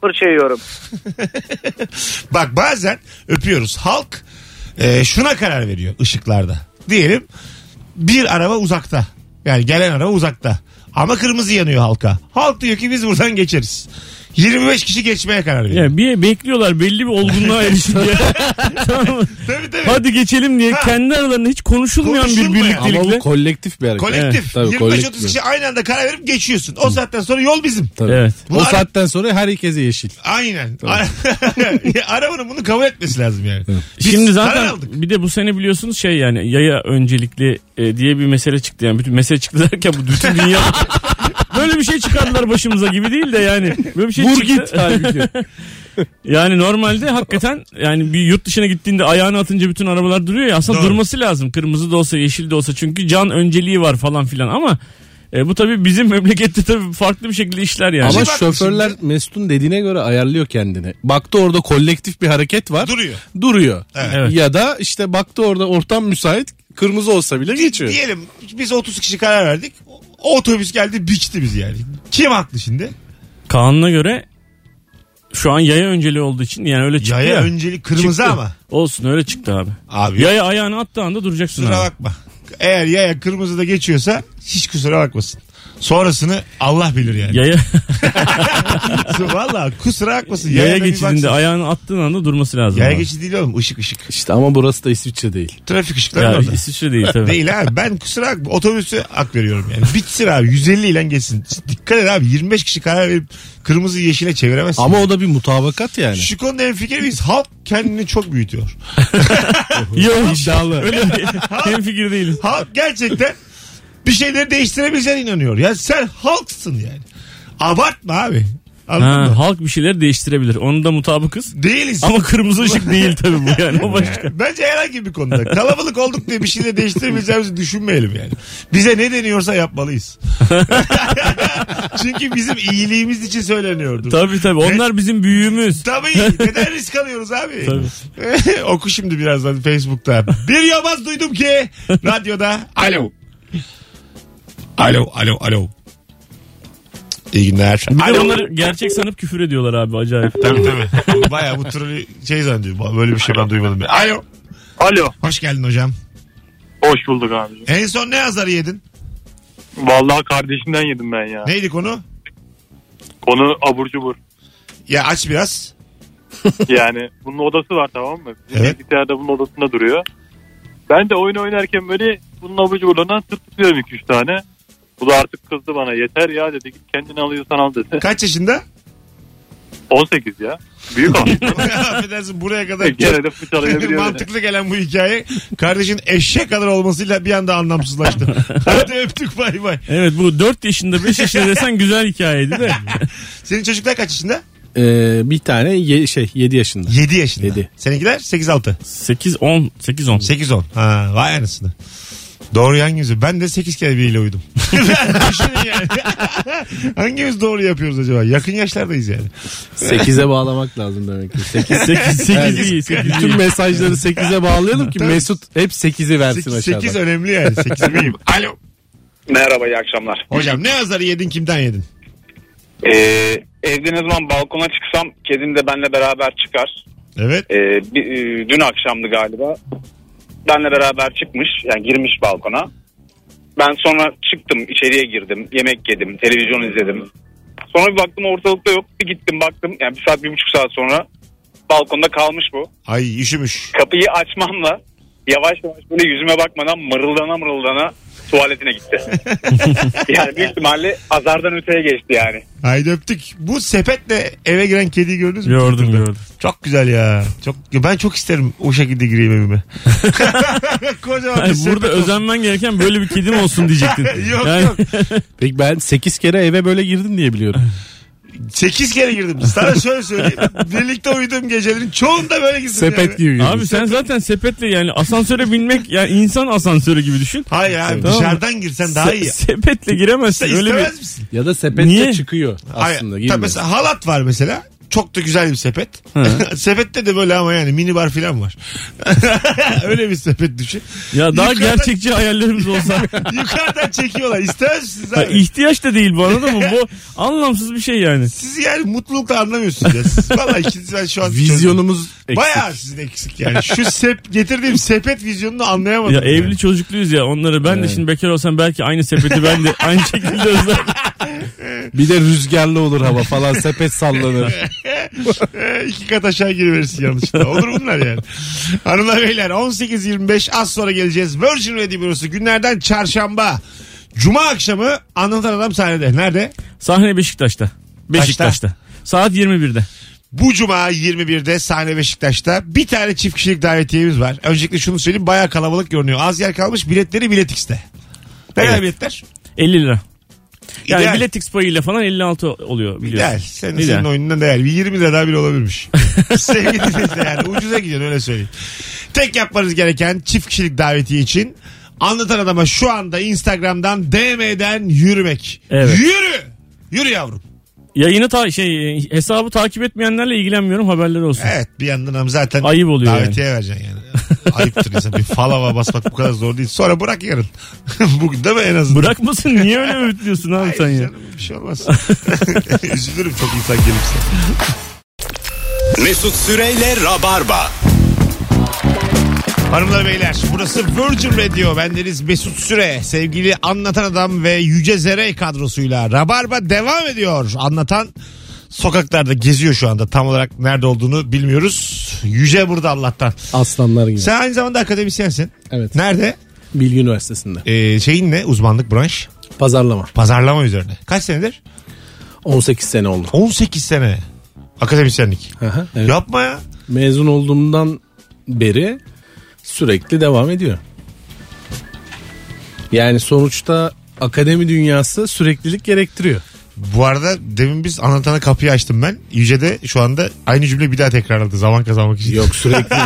[SPEAKER 7] fırça yiyorum.
[SPEAKER 2] Bak bazen öpüyoruz. Halk e, şuna karar veriyor ışıklarda. Diyelim bir araba uzakta. Yani gelen araba uzakta. Ama kırmızı yanıyor halka. Halk diyor ki biz buradan geçeriz. 25 kişi geçmeye karar veriyor.
[SPEAKER 4] Ya bir bekliyorlar belli bir olgunluğa erişin diye. tamam mı?
[SPEAKER 2] Tabii tabii.
[SPEAKER 4] Hadi geçelim diye
[SPEAKER 2] Ha.
[SPEAKER 4] kendi aralarında hiç konuşulmayan bir
[SPEAKER 2] Konuşulmayan.
[SPEAKER 3] Ama bu
[SPEAKER 4] birliktelikle.
[SPEAKER 3] kolektif bir hareket.
[SPEAKER 2] Kolektif.
[SPEAKER 3] Evet, tabii,
[SPEAKER 2] 25-30
[SPEAKER 3] kolektif.
[SPEAKER 2] kişi aynı anda karar verip geçiyorsun. O saatten sonra yol bizim.
[SPEAKER 3] Tabii.
[SPEAKER 4] Evet.
[SPEAKER 3] O saatten sonra herkese yeşil.
[SPEAKER 2] Aynen. Arabanın bunu kabul etmesi lazım yani. Biz
[SPEAKER 4] Şimdi
[SPEAKER 2] karar
[SPEAKER 4] zaten
[SPEAKER 2] aldık.
[SPEAKER 4] bir de bu sene biliyorsunuz şey yani yaya öncelikli e, diye bir mesele çıktı yani bütün mesele çıktı derken bu bütün dünya böyle bir şey çıkardılar başımıza gibi değil de yani böyle bir şey
[SPEAKER 3] Vur
[SPEAKER 4] çıktı.
[SPEAKER 3] git halbuki.
[SPEAKER 4] Yani normalde hakikaten yani bir yurt dışına gittiğinde ayağını atınca bütün arabalar duruyor ya aslında
[SPEAKER 2] Doğru.
[SPEAKER 4] durması lazım. Kırmızı da olsa yeşil de olsa çünkü can önceliği var falan filan ama e, bu tabii bizim memlekette tabii farklı bir şekilde işler yani.
[SPEAKER 3] Ama
[SPEAKER 2] bak
[SPEAKER 3] şoförler Mesut'un dediğine göre ayarlıyor kendini. Baktı orada kolektif bir hareket var.
[SPEAKER 2] Duruyor.
[SPEAKER 3] Duruyor.
[SPEAKER 4] Evet.
[SPEAKER 3] Ya da işte baktı orada ortam müsait. Kırmızı olsa bile geçiyor.
[SPEAKER 2] Diyelim biz 30 kişi karar verdik. O- O otobüs geldi biçti bizi yani. Kim haklı şimdi?
[SPEAKER 4] Kanuna göre şu an yaya önceliği olduğu için yani öyle çıktı
[SPEAKER 2] Yaya
[SPEAKER 4] ya.
[SPEAKER 2] öncelik kırmızı
[SPEAKER 4] Çıktı.
[SPEAKER 2] ama.
[SPEAKER 4] Olsun öyle çıktı abi.
[SPEAKER 2] Abi
[SPEAKER 4] Yaya ayağını attığı anda duracaksın
[SPEAKER 2] kusura
[SPEAKER 4] abi.
[SPEAKER 2] bakma. Eğer yaya kırmızı da geçiyorsa hiç kusura bakmasın. Sonrasını Allah bilir yani.
[SPEAKER 4] Yaya,
[SPEAKER 2] Valla kusura bakmasın.
[SPEAKER 4] yaya
[SPEAKER 2] Yaya,
[SPEAKER 4] geçidinde ayağını attığın anda durması lazım.
[SPEAKER 2] Yaya
[SPEAKER 4] abi.
[SPEAKER 2] geçidi değil oğlum ışık ışık.
[SPEAKER 3] İşte ama burası da İsviçre değil.
[SPEAKER 2] Trafik ışıkları
[SPEAKER 4] Ya,
[SPEAKER 2] var orada.
[SPEAKER 4] İsviçre değil tabii.
[SPEAKER 2] Değil abi ben kusura bakma otobüsü hak veriyorum yani. Bitsin abi 150 ile geçsin. Dikkat et abi 25 kişi karar verip kırmızı yeşile çeviremezsin.
[SPEAKER 3] Ama o da bir mutabakat yani.
[SPEAKER 2] şu konuda en fikir miyiz? Halk kendini çok büyütüyor.
[SPEAKER 4] Yok.
[SPEAKER 3] İddialı.
[SPEAKER 4] Öyle değil. Hem fikir değilim.
[SPEAKER 2] Halk gerçekten bir şeyleri değiştirebileceğine inanıyor. Ya sen halksın yani. Abartma abi. Anladın
[SPEAKER 4] Ha,
[SPEAKER 2] mı?
[SPEAKER 4] halk bir şeyler değiştirebilir. Onu da mutabıkız.
[SPEAKER 2] Değiliz.
[SPEAKER 4] Ama kırmızı ışık değil tabii bu yani. O başka.
[SPEAKER 2] Bence herhangi bir konuda. Kalabalık olduk diye bir şeyleri değiştirmeyeceğimizi düşünmeyelim yani. Bize ne deniyorsa yapmalıyız. Çünkü bizim iyiliğimiz için söyleniyordur.
[SPEAKER 4] Tabii tabii. Onlar bizim büyüğümüz.
[SPEAKER 2] Tabii. Neden risk alıyoruz abi? Oku şimdi birazdan Facebook'ta. Bir yobaz duydum ki radyoda. Alo. Alo, alo, alo. İyi günler.
[SPEAKER 4] Bir de
[SPEAKER 2] Alo.
[SPEAKER 4] onları gerçek sanıp küfür ediyorlar abi acayip.
[SPEAKER 2] Tabii tabii. Baya bu türlü şey zannediyor. Böyle bir şey ben duymadım. Alo.
[SPEAKER 5] Alo.
[SPEAKER 2] Hoş geldin hocam.
[SPEAKER 5] Hoş bulduk abi.
[SPEAKER 2] En son ne azarı yedin?
[SPEAKER 5] Vallahi kardeşimden yedim ben ya.
[SPEAKER 2] Neydi konu?
[SPEAKER 5] Konu abur cubur.
[SPEAKER 2] Ya aç biraz.
[SPEAKER 5] Yani bunun odası var tamam mı? Bizim
[SPEAKER 2] Evet.
[SPEAKER 5] bilgisayarda bunun odasında duruyor. Ben de oyun oynarken böyle bunun abur cuburlarından tırtıklıyorum iki üç tane. Bu da artık kızdı bana. Yeter ya dedi. Git kendini alıyorsan al dedi.
[SPEAKER 2] Kaç yaşında?
[SPEAKER 5] 18 ya. Büyük abi.
[SPEAKER 2] Affedersin buraya kadar.
[SPEAKER 5] Gene de fıçalayabiliyor. beni.
[SPEAKER 2] Mantıklı gelen bu hikaye kardeşin eşek kadar olmasıyla bir anda anlamsızlaştı. Hadi öptük bay bay.
[SPEAKER 4] Evet bu 4 yaşında 5 yaşında desen güzel hikayeydi de.
[SPEAKER 2] Senin çocuklar kaç yaşında?
[SPEAKER 3] Ee, bir tane ye- şey 7 yaşında.
[SPEAKER 2] 7 yaşında.
[SPEAKER 3] Yedi.
[SPEAKER 2] Seninkiler 8-6.
[SPEAKER 4] 8 10 8 10.
[SPEAKER 2] 8-10. Ha, vay anasını. Doğru hangimiz? Ben de 8 kere biriyle uyudum. Düşünün yani. hangimiz doğru yapıyoruz acaba? Yakın yaşlardayız yani.
[SPEAKER 3] 8'e bağlamak lazım demek ki. 8
[SPEAKER 4] 8 8 iyi. 8 iyi.
[SPEAKER 3] Bütün mesajları 8'e bağlayalım ki Mesut hep 8'i versin
[SPEAKER 2] 8,
[SPEAKER 3] aşağıda.
[SPEAKER 2] 8 önemli yani. 8 miyim? Alo.
[SPEAKER 10] Merhaba iyi akşamlar.
[SPEAKER 2] Hocam ne azarı yedin kimden yedin?
[SPEAKER 10] Ee, evde ne zaman balkona çıksam kedim de benle beraber çıkar.
[SPEAKER 2] Evet.
[SPEAKER 10] Ee, bir, e, dün akşamdı galiba. Benle beraber çıkmış yani girmiş balkona. Ben sonra çıktım içeriye girdim yemek yedim televizyon izledim. Sonra bir baktım ortalıkta yok bir gittim baktım yani bir saat bir buçuk saat sonra balkonda kalmış bu.
[SPEAKER 2] Ay üşümüş.
[SPEAKER 10] Kapıyı açmamla yavaş yavaş böyle yüzüme bakmadan mırıldana mırıldana tuvaletine gitti. yani büyük ihtimalle azardan öteye geçti yani.
[SPEAKER 2] Haydi öptük. Bu sepetle eve giren kediyi gördünüz mü?
[SPEAKER 4] Gördüm gördüm.
[SPEAKER 2] Çok güzel ya. Çok ben çok isterim o şekilde gireyim evime. Kocaman bir
[SPEAKER 4] Hayır,
[SPEAKER 2] sepet
[SPEAKER 4] burada
[SPEAKER 2] olsun.
[SPEAKER 4] özenmen gereken böyle bir kedim olsun diyecektin.
[SPEAKER 2] Yok,
[SPEAKER 4] Yani-
[SPEAKER 2] yok.
[SPEAKER 3] Peki ben 8 kere eve böyle girdim diye biliyorum.
[SPEAKER 2] 8 kere girdim. Sana şöyle söyleyeyim. Birlikte uyuduğum gecelerin çoğunda böyle gittim. yani.
[SPEAKER 3] Sepet gibi girdim.
[SPEAKER 4] Abi sen zaten sepetle yani asansöre binmek yani insan asansörü gibi düşün.
[SPEAKER 2] Hayır abi
[SPEAKER 4] Tamam.
[SPEAKER 2] dışarıdan girsen daha iyi.
[SPEAKER 4] Se- sepetle giremezsin.
[SPEAKER 2] Sen
[SPEAKER 4] Öyle bir
[SPEAKER 2] istemez misin?
[SPEAKER 3] Ya da sepette
[SPEAKER 4] Niye?
[SPEAKER 3] çıkıyor
[SPEAKER 2] Hayır.
[SPEAKER 3] aslında.
[SPEAKER 2] Tabii
[SPEAKER 3] girmiyor.
[SPEAKER 2] mesela halat var mesela. Çok da güzel bir sepet. Sepette de böyle ama yani mini bar falan var. Öyle bir sepet düşün.
[SPEAKER 4] Ya daha
[SPEAKER 2] Yukarıdan-
[SPEAKER 4] gerçekçi hayallerimiz olsa.
[SPEAKER 2] Yukarıdan çekiyorlar. İstemez misiniz
[SPEAKER 4] Ha,
[SPEAKER 2] abi?
[SPEAKER 4] ihtiyaç da değil bu anladın mı? Bu anlamsız bir şey yani.
[SPEAKER 2] Siz yani mutlulukla anlamıyorsunuz ya. Siz- Vallahi ikiniz ben şu an...
[SPEAKER 3] Vizyonumuz eksik.
[SPEAKER 2] Bayağı sizin eksik yani. Şu sep getirdiğim sepet vizyonunu anlayamadım.
[SPEAKER 4] Ya
[SPEAKER 2] yani.
[SPEAKER 4] evli çocukluyuz ya onları ben de şimdi bekar olsam belki aynı sepeti ben de aynı şekilde özlerdim.
[SPEAKER 3] Bir de rüzgarlı olur hava falan sepet sallanır.
[SPEAKER 2] İki Ee, kat aşağı giriverirsin yanlışlıkla. Olur bunlar yani. Hanımlar beyler 18.25 az sonra geleceğiz. Virgin Radio Bürosu günlerden çarşamba. Cuma akşamı anlatan adam sahnede. Nerede?
[SPEAKER 4] Sahne Beşiktaş'ta. Beşiktaş'ta. Saat 21'de.
[SPEAKER 2] Bu cuma 21'de sahne Beşiktaş'ta bir tane çift kişilik davetiyemiz var. Öncelikle şunu söyleyeyim bayağı kalabalık görünüyor. Az yer kalmış biletleri biletikste. Ne kadar
[SPEAKER 4] Evet.
[SPEAKER 2] biletler?
[SPEAKER 4] 50 lira. Yani
[SPEAKER 2] İdeal.
[SPEAKER 4] biletix payıyla falan 56 oluyor biliyorsun.
[SPEAKER 2] Değer. Senin,
[SPEAKER 4] İdeal.
[SPEAKER 2] senin oyununa değer. Bir 20 lira daha bile olabilirmiş. Sevgili dinleyiciler yani ucuza gidiyorsun öyle söyleyeyim. Tek yapmanız gereken çift kişilik davetiye için anlatan adama şu anda Instagram'dan DM'den yürümek.
[SPEAKER 4] Evet.
[SPEAKER 2] Yürü! Yürü yavrum.
[SPEAKER 4] Yayını ta şey e, hesabı takip etmeyenlerle ilgilenmiyorum haberleri olsun.
[SPEAKER 2] Evet bir yandan ama zaten
[SPEAKER 4] Ayıp oluyor
[SPEAKER 2] davetiye vereceksin yani. Ayıptır insan. Bir falava basmak bu kadar zor değil. Sonra bırak yarın. Bugün de mi en azından?
[SPEAKER 4] Bırakmasın niye öyle öğütlüyorsun abi sen ya?
[SPEAKER 2] Canım, bir şey olmaz. Üzülürüm çok insan gelirse.
[SPEAKER 1] Mesut Süreyle Rabarba.
[SPEAKER 2] Hanımlar beyler burası Virgin Radio. Bendeniz Mesut Süre. Sevgili Anlatan Adam ve Yüce Zere kadrosuyla Rabarba devam ediyor. Anlatan sokaklarda geziyor şu anda. Tam olarak nerede olduğunu bilmiyoruz. Yüce burada Allah'tan.
[SPEAKER 3] Aslanlar gibi.
[SPEAKER 2] Sen aynı zamanda akademisyensin.
[SPEAKER 3] Evet.
[SPEAKER 2] Nerede?
[SPEAKER 3] Bilgi Üniversitesi'nde.
[SPEAKER 2] Ee, şeyin ne? Uzmanlık branş.
[SPEAKER 3] Pazarlama.
[SPEAKER 2] Pazarlama üzerine. Kaç senedir?
[SPEAKER 3] 18 sene oldu.
[SPEAKER 2] 18 sene. Akademisyenlik.
[SPEAKER 3] Aha, evet.
[SPEAKER 2] Yapma ya.
[SPEAKER 3] Mezun olduğumdan beri sürekli devam ediyor. Yani sonuçta akademi dünyası süreklilik gerektiriyor.
[SPEAKER 2] Bu arada demin biz anlatana kapıyı açtım ben. Yüce de şu anda aynı cümle bir daha tekrarladı zaman kazanmak için.
[SPEAKER 3] Yok sürekli.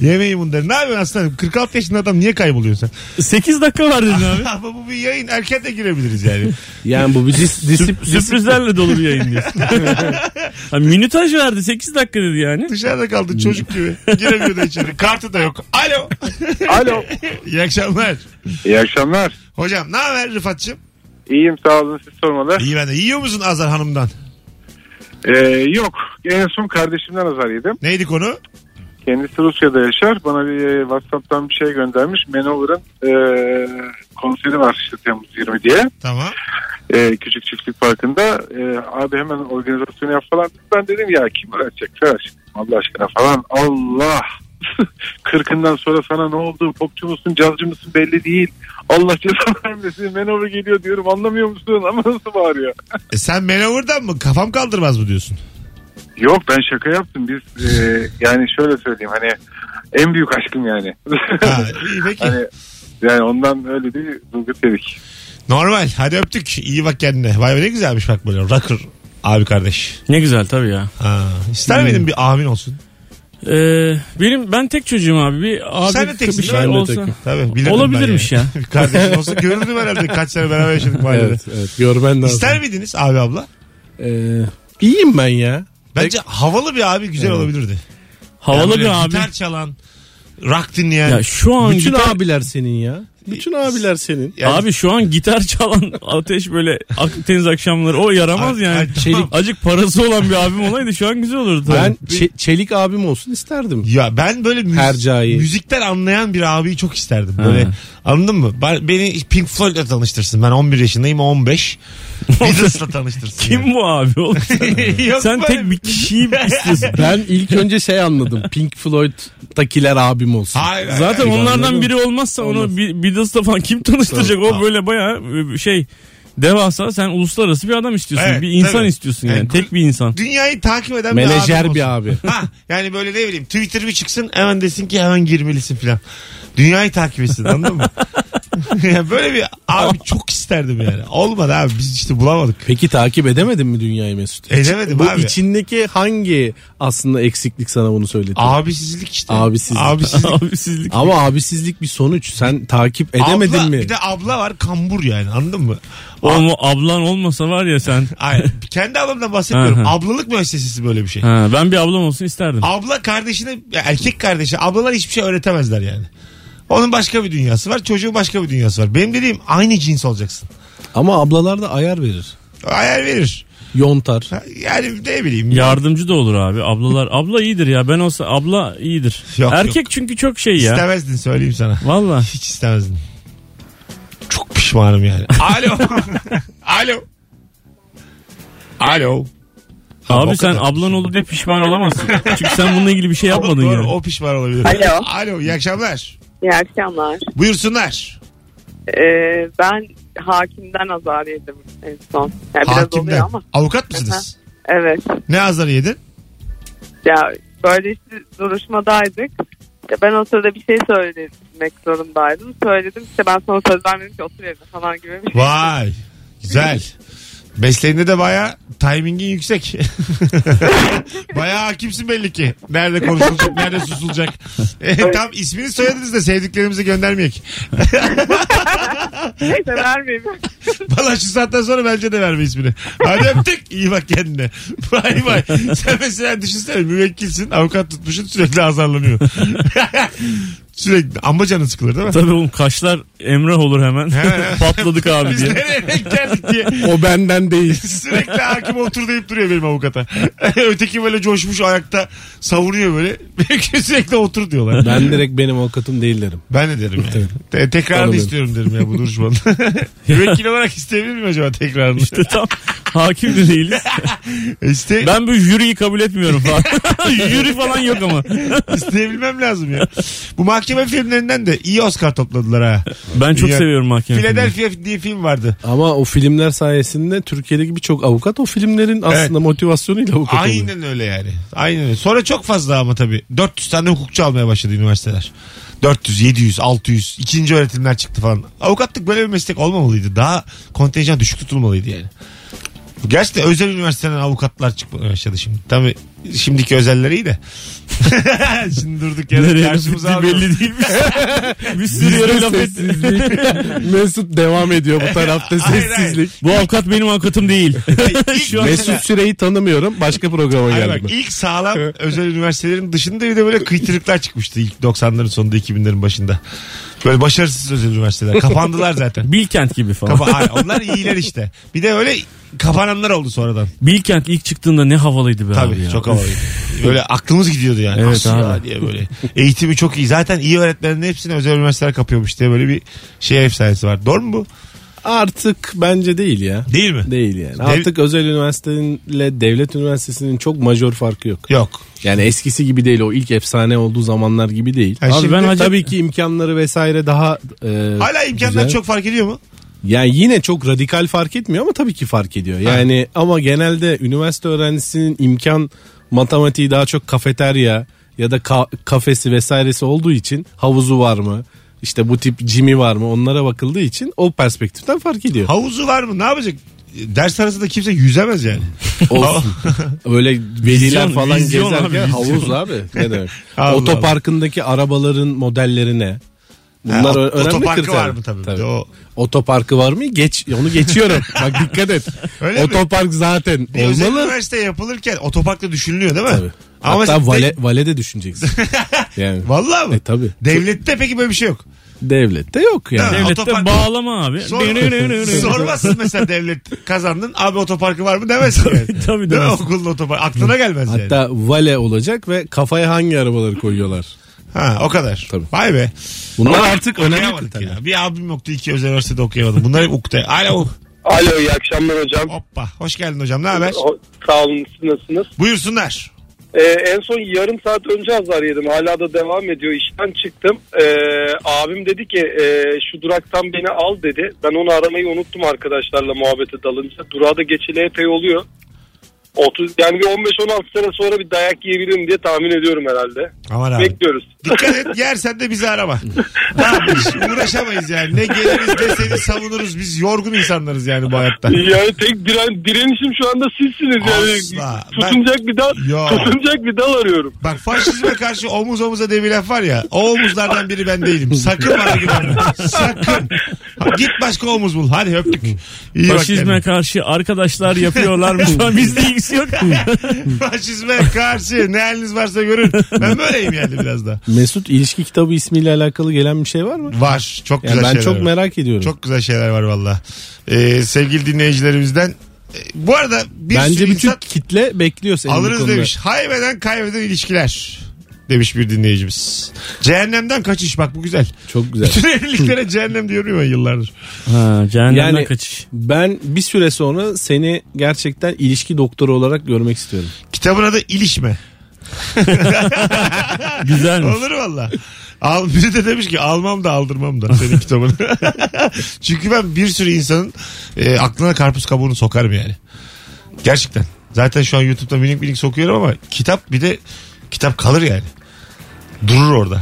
[SPEAKER 2] Yemeyin bunları. Ne yapıyorsun aslanım? 46 yaşında adam niye kayboluyorsun
[SPEAKER 4] 8 dakika var dedin abi.
[SPEAKER 2] sen? Ama bu bir yayın. Erken de girebiliriz yani.
[SPEAKER 3] yani bu bir dis, disip-
[SPEAKER 4] Sürprizlerle dolu bir yayın diyorsun. ha, minutaj verdi 8 dakika dedi yani.
[SPEAKER 2] Dışarıda kaldı çocuk gibi. Giremiyor da içeri. Kartı da yok. Alo.
[SPEAKER 8] Alo.
[SPEAKER 2] İyi akşamlar.
[SPEAKER 8] İyi akşamlar.
[SPEAKER 2] Hocam ne haber Rıfat'cığım?
[SPEAKER 8] İyiyim sağ olun siz sormalı.
[SPEAKER 2] İyi ben de. Yiyor musun Azar Hanım'dan?
[SPEAKER 8] Ee, yok en son kardeşimden azar yedim.
[SPEAKER 2] Neydi konu?
[SPEAKER 8] Kendisi Rusya'da yaşar. Bana bir e, Whatsapp'tan bir şey göndermiş. Manover'ın e, konseri var işte Temmuz 20 diye.
[SPEAKER 2] Tamam.
[SPEAKER 8] E, küçük çiftlik parkında. E, abi hemen organizasyonu yap falan. Ben dedim ya kim uğraşacak? Ferhat Allah aşkına falan. Allah. Kırkından sonra sana ne oldu? Popçu musun, cazcı mısın belli değil. Allah ceza vermesin. Manover geliyor diyorum. Anlamıyor musun? Ama nasıl bağırıyor?
[SPEAKER 2] E sen Manover'dan mı? Kafam kaldırmaz mı diyorsun?
[SPEAKER 8] Yok ben şaka yaptım. Biz e, yani şöyle söyleyeyim hani en büyük aşkım yani.
[SPEAKER 2] Ha, iyi peki.
[SPEAKER 8] hani yani ondan öyle bir duygu terik.
[SPEAKER 2] Normal. Hadi öptük. İyi bak kendine. Vay be ne güzelmiş bak böyle. Rocker abi kardeş.
[SPEAKER 4] Ne güzel tabii ya.
[SPEAKER 2] Ha, ister miydin bir amin olsun?
[SPEAKER 4] Ee, benim ben tek çocuğum abi. Bir abi
[SPEAKER 2] Sen de teksin,
[SPEAKER 4] bir
[SPEAKER 2] değil
[SPEAKER 4] şey
[SPEAKER 3] mi? Ben de
[SPEAKER 4] olsa.
[SPEAKER 3] tekim.
[SPEAKER 2] Tabii. bilirdim ben
[SPEAKER 4] Olabilirmiş
[SPEAKER 2] yani.
[SPEAKER 4] ya.
[SPEAKER 2] Bir Kardeşin olsa görürdüm herhalde. Kaç sene beraber yaşadık mahallede.
[SPEAKER 3] Evet, evet. Görmen lazım.
[SPEAKER 2] İster miydiniz abi abla?
[SPEAKER 3] Ee, iyiyim ben ya.
[SPEAKER 2] Bence havalı bir abi güzel olabilirdi. Yani
[SPEAKER 4] Havalı
[SPEAKER 2] böyle
[SPEAKER 4] bir abi.
[SPEAKER 2] Gitar çalan, rock dinleyen.
[SPEAKER 4] Ya şu an
[SPEAKER 3] Bütün
[SPEAKER 4] gitar-
[SPEAKER 3] abiler senin ya. Bütün abiler senin.
[SPEAKER 2] Yani-
[SPEAKER 4] Abi şu an gitar çalan ateş böyle Akdeniz akşamları o yaramaz
[SPEAKER 2] Ay-
[SPEAKER 4] yani.
[SPEAKER 2] ay, şey-
[SPEAKER 4] Çelik acık parası olan bir abim olaydı şu an güzel olurdu. tabii.
[SPEAKER 3] Ben
[SPEAKER 2] şey-
[SPEAKER 3] çe- çelik abim olsun isterdim.
[SPEAKER 2] Ya ben böyle müz-
[SPEAKER 3] Hercai.
[SPEAKER 2] müzikten anlayan bir abiyi çok isterdim. Böyle anladın mı? Ben- beni Pink Floyd'la tanıştırsın. Ben 11 yaşındayım o 15. Beatles'la tanıştırsın.
[SPEAKER 4] Kim bu abi oğlum?
[SPEAKER 2] Yok
[SPEAKER 4] Sen
[SPEAKER 2] böyle
[SPEAKER 4] tek bir kişiyi istiyorsun.
[SPEAKER 3] Ben ilk önce şey anladım. Pink Floyd'takiler abim olsun.
[SPEAKER 2] Hayır, hayır,
[SPEAKER 4] Zaten
[SPEAKER 2] hayır.
[SPEAKER 4] onlardan biri olmazsa onu Bi- Beatles'la falan kim tanıştıracak? O böyle bayağı e, şey devasa sen uluslararası bir adam istiyorsun.
[SPEAKER 2] Evet,
[SPEAKER 4] bir insan
[SPEAKER 2] tabii.
[SPEAKER 4] istiyorsun yani.
[SPEAKER 2] Yani
[SPEAKER 4] tek bir insan.
[SPEAKER 2] Dünyayı takip eden
[SPEAKER 3] Menajer bir
[SPEAKER 2] olsun.
[SPEAKER 3] abi.
[SPEAKER 2] Ha, yani böyle ne bileyim Twitter bir çıksın hemen desin ki hemen girmelisin filan. Dünyayı takip etsin anladın mı? Ya böyle bir abi çok isterdim yani. Olmadı abi biz işte bulamadık.
[SPEAKER 3] Peki takip edemedin mi dünyayı Mesut?
[SPEAKER 2] Edemedim
[SPEAKER 3] Bu
[SPEAKER 2] abi.
[SPEAKER 3] içindeki hangi aslında eksiklik sana bunu söyledi?
[SPEAKER 2] Abisizlik işte.
[SPEAKER 3] Abisizlik.
[SPEAKER 2] Abisizlik.
[SPEAKER 4] Abisizlik.
[SPEAKER 3] Ama abisizlik bir sonuç. Sen takip edemedin
[SPEAKER 2] abla,
[SPEAKER 3] mi?
[SPEAKER 2] Bir de abla var kambur yani anladın mı?
[SPEAKER 4] Oğlum o ablan olmasa var ya sen.
[SPEAKER 2] Ay, kendi ablamdan bahsetmiyorum.
[SPEAKER 4] Aha.
[SPEAKER 2] Ablalık müessesesi böyle bir şey.
[SPEAKER 4] Ha, ben bir ablam olsun isterdim.
[SPEAKER 2] Abla kardeşine ya erkek kardeşi ablalar hiçbir şey öğretemezler yani. Onun başka bir dünyası var. Çocuğun başka bir dünyası var. Benim dediğim aynı cins olacaksın.
[SPEAKER 3] Ama ablalar da ayar verir.
[SPEAKER 2] Ayar verir.
[SPEAKER 3] Yontar.
[SPEAKER 2] Ha, Yani ne bileyim.
[SPEAKER 4] Yardımcı da olur abi. Ablalar abla iyidir ya. Ben olsa abla iyidir.
[SPEAKER 2] Yok,
[SPEAKER 4] Erkek çünkü çok şey ya.
[SPEAKER 2] İstemezdin söyleyeyim sana.
[SPEAKER 4] Valla.
[SPEAKER 2] Hiç istemezdin. Çok pişmanım yani. Alo. Alo. Alo.
[SPEAKER 4] Abi
[SPEAKER 2] o
[SPEAKER 4] sen
[SPEAKER 2] kadar.
[SPEAKER 4] ablan oldu diye pişman olamazsın. Çünkü sen bununla ilgili bir şey yapmadın
[SPEAKER 2] Doğru,
[SPEAKER 4] yani.
[SPEAKER 2] O pişman olabilir.
[SPEAKER 11] Alo.
[SPEAKER 2] Alo iyi akşamlar.
[SPEAKER 11] İyi akşamlar.
[SPEAKER 2] Buyursunlar.
[SPEAKER 11] Ee, ben hakimden azar yedim en son. Yani Biraz
[SPEAKER 2] Hakimden.
[SPEAKER 11] oluyor ama.
[SPEAKER 2] Avukat mısınız?
[SPEAKER 11] Evet.
[SPEAKER 2] Ne azarı yedin?
[SPEAKER 11] Ya böyle işte duruşmadaydık. İşte ben o sırada bir şey söylemek zorundaydım. Söyledim işte ben sana söz vermedim ki otur evde falan gibi bir şey.
[SPEAKER 2] Vay. Güzel. Mesleğinde de baya timingin yüksek. baya hakimsin belli ki. Nerede konuşulacak, nerede susulacak. E, tam ismini soyadınız da sevdiklerimizi göndermeyek.
[SPEAKER 11] Neyse şey vermeyeyim.
[SPEAKER 2] Valla şu saatten sonra bence de verme ismini. Hadi öptük. İyi bak kendine. Bay bay. Sen mesela düşünsene müvekkilsin. Avukat tutmuşsun sürekli azarlanıyor. sürekli. Ama canın sıkılır değil mi?
[SPEAKER 4] Tabii oğlum kaşlar emrah olur hemen. Patladık abi
[SPEAKER 2] Biz
[SPEAKER 4] diye.
[SPEAKER 2] nereye denk geldik diye.
[SPEAKER 3] O benden değil.
[SPEAKER 2] Sürekli hakim otur deyip duruyor benim avukata. Öteki böyle coşmuş ayakta savuruyor böyle. Benimki sürekli otur diyorlar. Ben,
[SPEAKER 3] Ben direkt benim avukatım değil derim.
[SPEAKER 2] de derim. Yani.
[SPEAKER 3] Tabii.
[SPEAKER 2] Te- tekrarını
[SPEAKER 3] Anladım.
[SPEAKER 2] istiyorum derim ya bu duruşmanın. Müvekkil olarak isteyebilir miyim acaba tekrarını?
[SPEAKER 4] İşte tam hakim de değiliz.
[SPEAKER 2] İste,
[SPEAKER 4] Ben bu jüriyi kabul etmiyorum falan. Jüri falan yok ama.
[SPEAKER 2] isteyebilmem lazım ya. Bu mahkeme filmlerinden de iyi Oscar topladılar ha.
[SPEAKER 4] Ben çok
[SPEAKER 2] Ya,
[SPEAKER 4] seviyorum mahkeme. filmlerini.
[SPEAKER 2] Philadelphia diye film vardı.
[SPEAKER 3] Ama o filmler sayesinde Türkiye'deki birçok avukat o filmlerin aslında motivasyonuyla avukat oluyor.
[SPEAKER 2] Aynen öyle yani. Aynen öyle. Sonra çok fazla ama tabii. 400 tane hukukçu almaya başladı üniversiteler. 400, 700, 600. ikinci öğretimler çıktı falan. Avukatlık böyle bir meslek olmamalıydı. Daha kontenjan düşük tutulmalıydı yani. Gerçi de özel üniversiteden avukatlar çıkmaya başladı şimdi. Tabii şimdiki özeller iyi de. şimdi durduk yere
[SPEAKER 4] Nereye laf
[SPEAKER 2] karşımıza
[SPEAKER 4] ettiği
[SPEAKER 2] alıyoruz.
[SPEAKER 4] belli değilmiş. bir sürü yere laf etti.
[SPEAKER 3] Mesut devam ediyor bu tarafta
[SPEAKER 2] Hayır,
[SPEAKER 3] sessizlik.
[SPEAKER 4] Bu avukat benim avukatım değil. Şu an
[SPEAKER 3] Mesut Süreyi tanımıyorum. Başka programa
[SPEAKER 2] Hayır
[SPEAKER 3] geldim.
[SPEAKER 2] bak ilk sağlam özel üniversitelerin dışında bir de böyle kıytırıklar çıkmıştı ilk 90'ların sonunda 2000'lerin başında. Böyle başarısız özel üniversiteler. Kapandılar zaten.
[SPEAKER 4] Bilkent gibi falan.
[SPEAKER 2] Kapa- Hayır, onlar iyiler işte. Bir de öyle kapananlar oldu sonradan.
[SPEAKER 4] Bilkent ilk çıktığında ne havalıydı be
[SPEAKER 2] Tabii
[SPEAKER 4] abi ya.
[SPEAKER 2] çok havalıydı. böyle aklımız gidiyordu yani.
[SPEAKER 4] Evet
[SPEAKER 2] Nasıl ya
[SPEAKER 4] abi.
[SPEAKER 2] diye böyle. Eğitimi çok iyi. Zaten iyi öğretmenlerin hepsini özel üniversiteler kapıyormuş diye böyle bir şey efsanesi var. Doğru mu bu?
[SPEAKER 3] Artık bence değil ya.
[SPEAKER 2] Değil mi?
[SPEAKER 3] Değil yani. Artık özel üniversiteyle devlet üniversitesinin çok majör farkı yok.
[SPEAKER 2] Yok.
[SPEAKER 3] Yani eskisi gibi değil o ilk efsane olduğu zamanlar gibi değil.
[SPEAKER 2] Ha,
[SPEAKER 3] Abi
[SPEAKER 2] şimdi-
[SPEAKER 3] ben hacı- tabii ki imkanları vesaire daha e,
[SPEAKER 2] Hala imkanlar
[SPEAKER 3] güzel.
[SPEAKER 2] çok fark ediyor mu?
[SPEAKER 3] Yani yine çok radikal fark etmiyor ama tabii ki fark ediyor. Yani ama genelde üniversite öğrencisinin imkan matematiği daha çok kafeterya ya da ka- kafesi vesairesi olduğu için havuzu var mı? İşte bu tip cimi var mı? Onlara bakıldığı için o perspektiften fark ediyor.
[SPEAKER 2] Havuzu var mı? Ne yapacak? Ders arasında kimse yüzemez yani.
[SPEAKER 3] Olsun. Öyle veliler
[SPEAKER 4] Vizyon,
[SPEAKER 3] falan
[SPEAKER 4] vizyon abi,
[SPEAKER 3] gezerken
[SPEAKER 4] vizyon.
[SPEAKER 3] havuz abi. Ne demek?
[SPEAKER 2] Allah
[SPEAKER 3] Otoparkındaki arabaların modellerine. Bunlar
[SPEAKER 2] Ha,
[SPEAKER 3] ö- önemli
[SPEAKER 2] otoparkı
[SPEAKER 3] kriter.
[SPEAKER 2] var mı tabii bir de o.
[SPEAKER 3] Otoparkı var mı? Geç onu geçiyorum. Bak dikkat et.
[SPEAKER 2] Öyle mi?
[SPEAKER 3] Otopark zaten
[SPEAKER 2] Bir özel
[SPEAKER 3] olmalı.
[SPEAKER 2] üniversite yapılırken otoparkla düşünülüyor değil mi?
[SPEAKER 3] Tabii.
[SPEAKER 2] Ama
[SPEAKER 3] Hatta
[SPEAKER 2] siz de-
[SPEAKER 3] vale, vale de düşüneceksin. Yani
[SPEAKER 2] Vallahi mi?
[SPEAKER 3] E, tabii.
[SPEAKER 2] Devlette peki böyle bir şey yok.
[SPEAKER 3] devlette yok yani.
[SPEAKER 2] Tabii.
[SPEAKER 4] Devlette
[SPEAKER 2] Otopark-
[SPEAKER 4] bağlama abi.
[SPEAKER 2] Sor, sormazsın mesela devlet kazandın. Abi otoparkı var mı demezsin yani.
[SPEAKER 4] tabii
[SPEAKER 2] Değil mi?
[SPEAKER 4] demezsin.
[SPEAKER 2] Okulun otoparkı. Aklına gelmez yani.
[SPEAKER 3] Hatta vale olacak ve kafaya hangi arabaları koyuyorlar?
[SPEAKER 2] Ha, o kadar.
[SPEAKER 3] Tabii.
[SPEAKER 2] Vay be.
[SPEAKER 3] Bunlar artık önemli
[SPEAKER 2] Okuyamadık
[SPEAKER 3] kriterler.
[SPEAKER 2] ya. Bir abim yoktu iki özel üniversitede okuyamadım. Bunlar hep ukde. Alo.
[SPEAKER 7] Alo iyi akşamlar hocam.
[SPEAKER 2] Hoppa. Hoş geldin hocam. Ne haber?
[SPEAKER 7] Sağ olun siz nasılsınız?
[SPEAKER 2] Buyursunlar.
[SPEAKER 7] Ee, en son yarım saat önce azar yedim. Hala da devam ediyor. İşten çıktım. Ee, abim dedi ki "Ee, şu duraktan beni al dedi. Ben onu aramayı unuttum arkadaşlarla muhabbete dalınca. Durağı da geçeli epey oluyor. 30, yani bir 15-16 sene sonra bir dayak yiyebilirim diye tahmin ediyorum herhalde.
[SPEAKER 2] Aman abi.
[SPEAKER 7] Bekliyoruz.
[SPEAKER 2] Dikkat et yersen de bizi arama. Ne yapmış? Uğraşamayız yani. Ne geliriz de seni savunuruz. Biz yorgun insanlarız yani bu hayatta.
[SPEAKER 7] Yani tek diren, direnişim şu anda sizsiniz yani.
[SPEAKER 2] Asla. Ben-
[SPEAKER 7] Tutunacak bir dal,
[SPEAKER 2] Yo.
[SPEAKER 7] tutunacak bir dal arıyorum.
[SPEAKER 2] Bak faşizme karşı omuz omuza diye bir laf var ya. O omuzlardan biri ben değilim. Sakın bana güvenme. Sakın. Ha, git başka omuz bul. Hadi öptük. İyi bak
[SPEAKER 4] Faşizme
[SPEAKER 2] kendine.
[SPEAKER 4] karşı arkadaşlar yapıyorlarmış falan bizde ilgisi yok.
[SPEAKER 2] Faşizme karşı ne haliniz varsa görün. Ben böyleyim yani biraz da.
[SPEAKER 3] Mesut ilişki kitabı ismiyle alakalı gelen bir şey var mı?
[SPEAKER 2] Var. Çok
[SPEAKER 3] Yani
[SPEAKER 2] güzel
[SPEAKER 3] ben
[SPEAKER 2] şeyler
[SPEAKER 3] çok
[SPEAKER 2] var.
[SPEAKER 3] merak ediyorum.
[SPEAKER 2] Çok güzel şeyler var valla. Ee, sevgili dinleyicilerimizden. e, Bu arada bir
[SPEAKER 3] Bence
[SPEAKER 2] sürü
[SPEAKER 3] bütün
[SPEAKER 2] insan
[SPEAKER 3] kitle bekliyor seni bu
[SPEAKER 2] alırız
[SPEAKER 3] konuda.
[SPEAKER 2] demiş. Haybeden kaybeden ilişkiler. demiş bir dinleyicimiz. Cehennemden kaçış bak bu güzel.
[SPEAKER 3] Çok güzel.
[SPEAKER 2] Bütün evliliklere cehennem diyorum ya yıllardır.
[SPEAKER 4] Ha, cehennemden
[SPEAKER 3] Yani
[SPEAKER 4] kaçış.
[SPEAKER 3] ben bir süre sonra seni gerçekten ilişki doktoru olarak görmek istiyorum.
[SPEAKER 2] Kitabın adı İlişme.
[SPEAKER 4] Güzelmiş.
[SPEAKER 2] Olur valla. Al, biri de demiş ki almam da aldırmam da senin kitabını. Çünkü ben bir sürü insanın e, aklına karpuz kabuğunu sokarım yani. Gerçekten. Zaten şu an YouTube'da minik minik sokuyorum ama kitap bir de kitap kalır yani. Durur orada.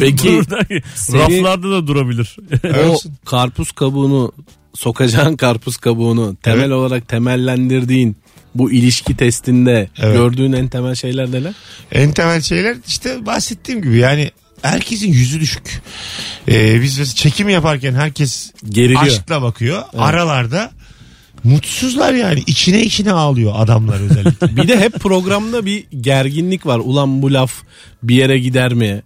[SPEAKER 3] Peki
[SPEAKER 4] Burada-
[SPEAKER 3] seni-
[SPEAKER 4] Raflarda da durabilir.
[SPEAKER 2] Öyle
[SPEAKER 3] o
[SPEAKER 2] misin?
[SPEAKER 3] karpuz kabuğunu sokacağın karpuz kabuğunu temel
[SPEAKER 2] Evet.
[SPEAKER 3] olarak temellendirdiğin bu ilişki testinde
[SPEAKER 2] Evet.
[SPEAKER 3] gördüğün en temel şeyler neler?
[SPEAKER 2] En temel şeyler işte bahsettiğim gibi yani herkesin yüzü düşük. Ee, biz mesela çekim yaparken herkes
[SPEAKER 3] Geriliyor.
[SPEAKER 2] aşkla bakıyor. Aralarda mutsuzlar yani içine içine ağlıyor adamlar özellikle.
[SPEAKER 3] Bir de hep programda bir gerginlik var. Ulan bu laf bir yere gider mi?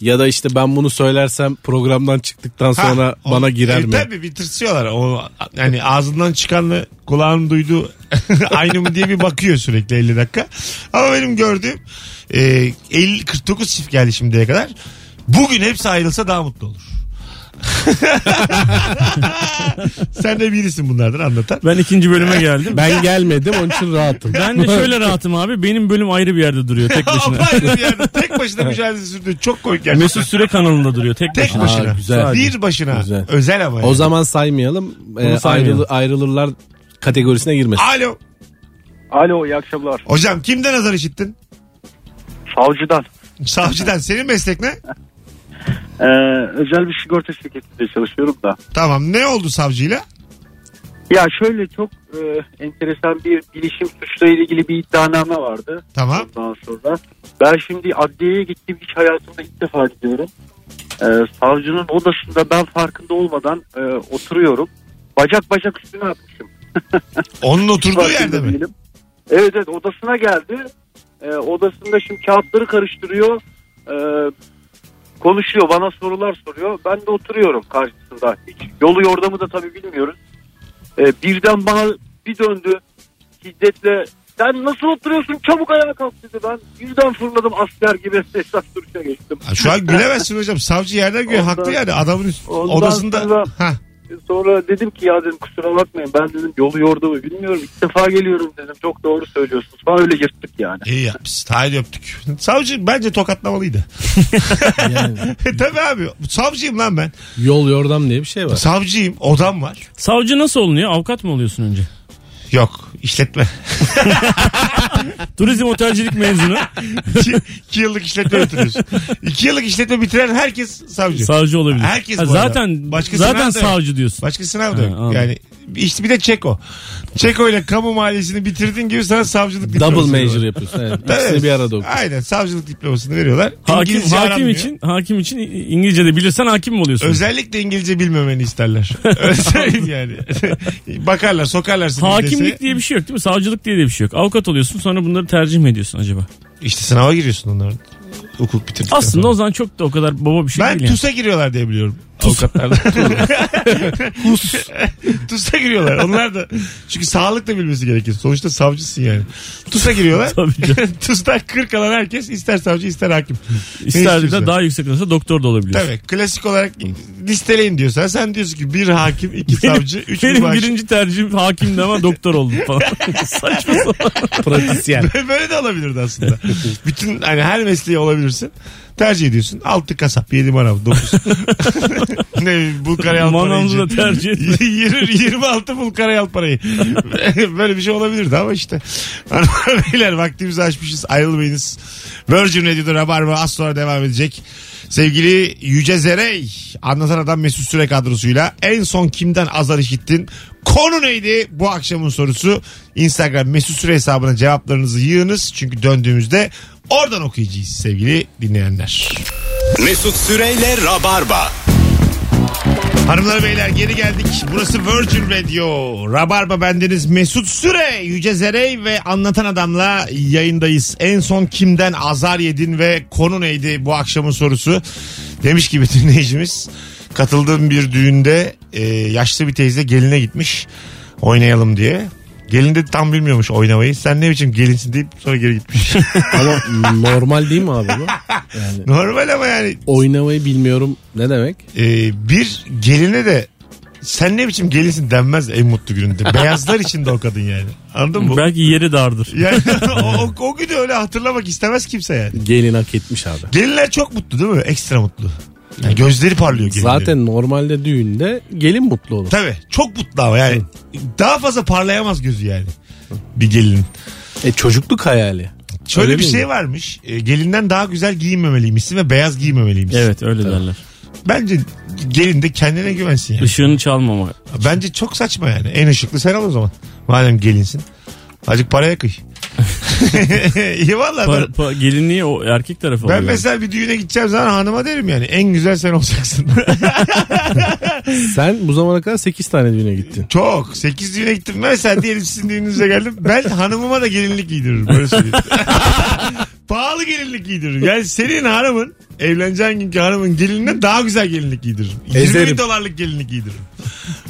[SPEAKER 3] Ya da işte ben bunu söylersem programdan çıktıktan sonra
[SPEAKER 2] Ha, o-
[SPEAKER 3] bana girer
[SPEAKER 2] e,
[SPEAKER 3] mi?
[SPEAKER 2] Tabii bir tırsıyorlar. O, yani ağzından çıkanla kulağın duyduğu aynı mı diye bir bakıyor sürekli 50 dakika. Ama benim gördüğüm e, 50, 49 çift geldi şimdiye kadar. Bugün hepsi ayrılsa daha mutlu olur. Sen de birisin bunlardan anlatan.
[SPEAKER 4] Ben ikinci bölüme geldim.
[SPEAKER 3] Ben gelmedim onun için rahatım.
[SPEAKER 4] Ben de şöyle rahatım abi. Benim bölüm ayrı bir yerde duruyor tek başına.
[SPEAKER 2] Apayrı bir yerde tek başına mücadele sürdü. Çok komik gerçekten.
[SPEAKER 4] Mesut Süre kanalında duruyor tek
[SPEAKER 2] tek
[SPEAKER 4] başına.
[SPEAKER 2] başına.
[SPEAKER 3] Aa, güzel.
[SPEAKER 2] Bir başına.
[SPEAKER 3] Güzel.
[SPEAKER 2] Özel ama.
[SPEAKER 3] O
[SPEAKER 2] yani.
[SPEAKER 3] zaman saymayalım. Ee,
[SPEAKER 4] saymayalım.
[SPEAKER 3] ayrılı- ayrılırlar kategorisine girmesin.
[SPEAKER 2] Alo.
[SPEAKER 7] Alo iyi akşamlar.
[SPEAKER 2] Hocam kimden azar işittin?
[SPEAKER 7] Savcıdan.
[SPEAKER 2] Savcıdan. Senin meslek ne?
[SPEAKER 7] Ee, özel bir sigorta şirketinde çalışıyorum da.
[SPEAKER 2] Tamam. Ne oldu savcıyla?
[SPEAKER 7] Ya şöyle çok e, enteresan bir bilişim suçla ilgili bir iddianame vardı.
[SPEAKER 2] Tamam.
[SPEAKER 7] Ondan sonra ben şimdi adliyeye gittiğim iş hayatımda ilk defa gidiyorum. Ee, savcının odasında ben farkında olmadan e, oturuyorum. Bacak bacak üstüne atmışım.
[SPEAKER 2] Onun oturduğu
[SPEAKER 7] Farkında
[SPEAKER 2] yerde mi?
[SPEAKER 7] değilim. Evet evet odasına geldi. Ee, odasında şimdi kağıtları karıştırıyor. Ee, konuşuyor bana sorular soruyor. Ben de oturuyorum karşısında. Hiç yolu yordamı da tabii bilmiyoruz. Ee, birden bana bir döndü. Şiddetle sen nasıl oturuyorsun çabuk ayağa kalk dedi. Ben birden fırladım asker gibi esas duruşa geçtim.
[SPEAKER 2] Ha, Şu an gülemezsin hocam. Savcı yerden gülüyor. Haklı yani. Adamın üst-
[SPEAKER 7] ondan
[SPEAKER 2] odasında.
[SPEAKER 7] sonra-
[SPEAKER 2] Ha.
[SPEAKER 7] Sonra dedim ki ya dedim kusura bakmayın ben dedim yolu yordamı bilmiyorum. İlk defa geliyorum dedim çok doğru söylüyorsunuz falan öyle yırttık yani.
[SPEAKER 2] İyi yapmışsın. Haydi öptük. Savcı bence tokatlamalıydı. E, Tabii abi. Savcıyım lan ben.
[SPEAKER 3] Yol yordam diye bir şey var.
[SPEAKER 2] Savcıyım. Odam var.
[SPEAKER 4] Savcı nasıl olunuyor? Avukat mı oluyorsun önce?
[SPEAKER 2] Yok. işletme.
[SPEAKER 4] Turizm otelcilik mezunu.
[SPEAKER 2] iki, iki yıllık işletme bitiriyorsun. İki yıllık işletme bitiren herkes savcı.
[SPEAKER 4] savcı olabilir.
[SPEAKER 2] Herkes
[SPEAKER 4] Ha,
[SPEAKER 2] bu arada.
[SPEAKER 4] zaten
[SPEAKER 2] Başka
[SPEAKER 4] zaten
[SPEAKER 2] sınav da yok.
[SPEAKER 4] savcı diyorsun.
[SPEAKER 2] Başka sınav da
[SPEAKER 4] Ha,
[SPEAKER 2] yok.
[SPEAKER 4] anladım.
[SPEAKER 2] Yani işte bir de Çeko. Çeko ile kamu maliyesini bitirdiğin gibi sana savcılık
[SPEAKER 3] Double
[SPEAKER 2] diploması
[SPEAKER 3] major
[SPEAKER 2] veriyorlar.
[SPEAKER 3] yapıyorsun. Evet.
[SPEAKER 2] Tabii.
[SPEAKER 3] İkisini bir arada oku.
[SPEAKER 2] Aynen savcılık diplomasını veriyorlar.
[SPEAKER 4] Hakim,
[SPEAKER 2] İngilizce
[SPEAKER 4] hakim
[SPEAKER 2] aranmıyor.
[SPEAKER 4] için hakim için İngilizce de bilirsen hakim mi oluyorsun?
[SPEAKER 2] Özellikle İngilizce bilmemeni isterler. Öyle söyleyeyim yani. Bakarlar sokarlar seni
[SPEAKER 4] Hakimlik
[SPEAKER 2] dese.
[SPEAKER 4] diye bir şey yok değil mi? Savcılık diye de bir şey yok. Avukat oluyorsun sonra bunları tercih mi ediyorsun acaba?
[SPEAKER 2] İşte sınava giriyorsun onların. Hukuk bitirdikten
[SPEAKER 4] Aslında
[SPEAKER 2] sonra.
[SPEAKER 4] o zaman çok da o kadar baba bir şey
[SPEAKER 2] ben
[SPEAKER 4] değil yani.
[SPEAKER 2] TUS'a giriyorlar diye biliyorum. Avukatlarda. TUS. TUS'a giriyorlar. Onlar da çünkü sağlık da bilmesi gerekir. Sonuçta savcısın yani. TUS'a giriyorlar.
[SPEAKER 4] Tabii canım.
[SPEAKER 2] TUS'tan 40 alan herkes ister savcı ister hakim. Ne
[SPEAKER 4] İster
[SPEAKER 2] istiyorsan.
[SPEAKER 4] de daha yüksek olursa doktor da olabiliyorsun.
[SPEAKER 2] şey. Tabii klasik olarak listeleyin diyorsan sen diyorsun ki bir hakim, iki savcı, üç
[SPEAKER 4] Benim
[SPEAKER 2] mübaşir.
[SPEAKER 4] birinci tercihim hakimdi ama doktor oldum falan. Saçma sapan.
[SPEAKER 3] Pratisyen.
[SPEAKER 2] Böyle de olabilirdi aslında. Bütün hani her mesleği olabilirsin. Tercih ediyorsun. Altı kasap, yedi manav, dokuz. ne bileyim, bul karayal
[SPEAKER 4] Manavlı da
[SPEAKER 2] parayı.
[SPEAKER 4] tercih etme.
[SPEAKER 2] 20, 26 bul karayal parayı. Böyle bir şey olabilirdi ama işte. Hanımlar beyler vaktimizi açmışız. Ayrılmayınız. Virgin Radio'da Rabarba az sonra devam edecek. Sevgili Yüce Zerey, Anlatan Adam Mesut Süre kadrosuyla en son kimden azar işittin? Konu neydi bu akşamın sorusu? Instagram Mesut Süre hesabına cevaplarınızı yığınız. Çünkü döndüğümüzde oradan okuyacağız sevgili dinleyenler.
[SPEAKER 1] Mesut Süreyle Rabarba.
[SPEAKER 2] Hanımlar beyler geri geldik. Burası Virgin Radio. Rabarba bendeniz Mesut Süre, Yüce Zerey ve Anlatan Adam'la yayındayız. En son kimden azar yedin ve konu neydi bu akşamın sorusu? Demiş gibi dinleyicimiz. Katıldığım bir düğünde e, yaşlı bir teyze geline gitmiş oynayalım diye. Gelin dedi tam bilmiyormuş oynamayı. Sen ne biçim gelinsin deyip sonra geri gitmiş.
[SPEAKER 3] Ama normal değil mi abi bu? Yani
[SPEAKER 2] Normal ama yani.
[SPEAKER 3] oynamayı bilmiyorum ne demek?
[SPEAKER 2] Ee, bir geline de sen ne biçim gelinsin denmez en mutlu gününde. Beyazlar için de o kadın yani. Anladın mı?
[SPEAKER 4] Belki yeri dardır.
[SPEAKER 2] Yani o, o, o günü öyle hatırlamak istemez kimse yani.
[SPEAKER 3] Gelin hak etmiş abi.
[SPEAKER 2] Gelinler çok mutlu değil mi? Ekstra mutlu. Yani gözleri parlıyor gelinlerin.
[SPEAKER 3] Zaten normalde düğünde gelin mutlu olur.
[SPEAKER 2] Tabii çok mutlu ama yani. Daha fazla parlayamaz gözü yani. Bir gelinin.
[SPEAKER 3] E çocukluk hayali.
[SPEAKER 2] Şöyle
[SPEAKER 3] Öyle
[SPEAKER 2] bir
[SPEAKER 3] değil
[SPEAKER 2] şey
[SPEAKER 3] mi?
[SPEAKER 2] varmış. E, gelinden daha güzel giyinmemeliymişsin ve beyaz giyinmemeliymişsin.
[SPEAKER 4] Evet öyle derler.
[SPEAKER 2] Bence gelin de kendine güvensin yani.
[SPEAKER 4] Işığını çalmama.
[SPEAKER 2] Bence çok saçma yani. En ışıklı sen ol o zaman. Madem gelinsin. Azıcık paraya kıy. İyi valla
[SPEAKER 4] Pa,
[SPEAKER 2] ben,
[SPEAKER 4] pa, gelinliği o erkek tarafı
[SPEAKER 2] ben
[SPEAKER 4] oluyor.
[SPEAKER 2] mesela bir düğüne gideceğim zaman hanıma derim yani. En güzel sen olacaksın.
[SPEAKER 3] Sen bu zamana kadar 8 tane düğüne gittin.
[SPEAKER 2] çok. 8 düğüne gittim. Mesela diyelim sizin düğününüze geldim. Ben hanımıma da gelinlik giydiririm. Böyle söyleyeyim. Pahalı gelinlik giydiririm. Yani senin hanımın evleneceğin günkü hanımın gelinine daha güzel gelinlik giydiririm. 20
[SPEAKER 3] Ezerim.
[SPEAKER 2] dolarlık gelinlik giydiririm.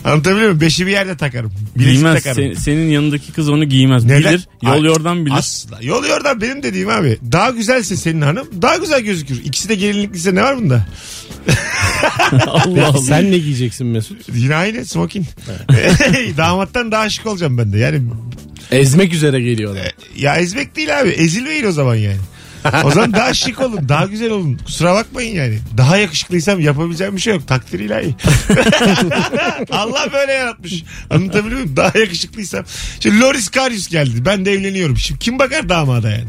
[SPEAKER 2] Anlatabiliyor muyum? Beşi bir yerde takarım. Bilezik
[SPEAKER 4] Giymez.
[SPEAKER 2] takarım.
[SPEAKER 4] Sen- senin yanındaki kız onu giymez.
[SPEAKER 2] Neden?
[SPEAKER 4] Bilir. Yol
[SPEAKER 2] Ay,
[SPEAKER 4] yordan bilir.
[SPEAKER 2] Asla. Yol yordan benim dediğim abi. Daha güzelse senin hanım daha güzel gözükür. İkisi de gelinlikliyse ne var bunda?
[SPEAKER 4] Allah Allah.
[SPEAKER 3] Sen ne giyeceksin Mesut?
[SPEAKER 2] Yine aynı smoking. Damattan daha şık olacağım ben de. Yani
[SPEAKER 3] Ezmek üzere geliyorlar.
[SPEAKER 2] ya ezmek değil abi. Ezilmeyin o zaman yani. O zaman daha şık olun. Daha güzel olun. Kusura bakmayın yani. Daha yakışıklıysam yapabileceğim bir şey yok. Takdir ilahi. Allah böyle yaratmış. Anlatabiliyor muyum? Daha yakışıklıysam. Şimdi Loris Karius geldi. Ben de evleniyorum. Şimdi kim bakar damada yani?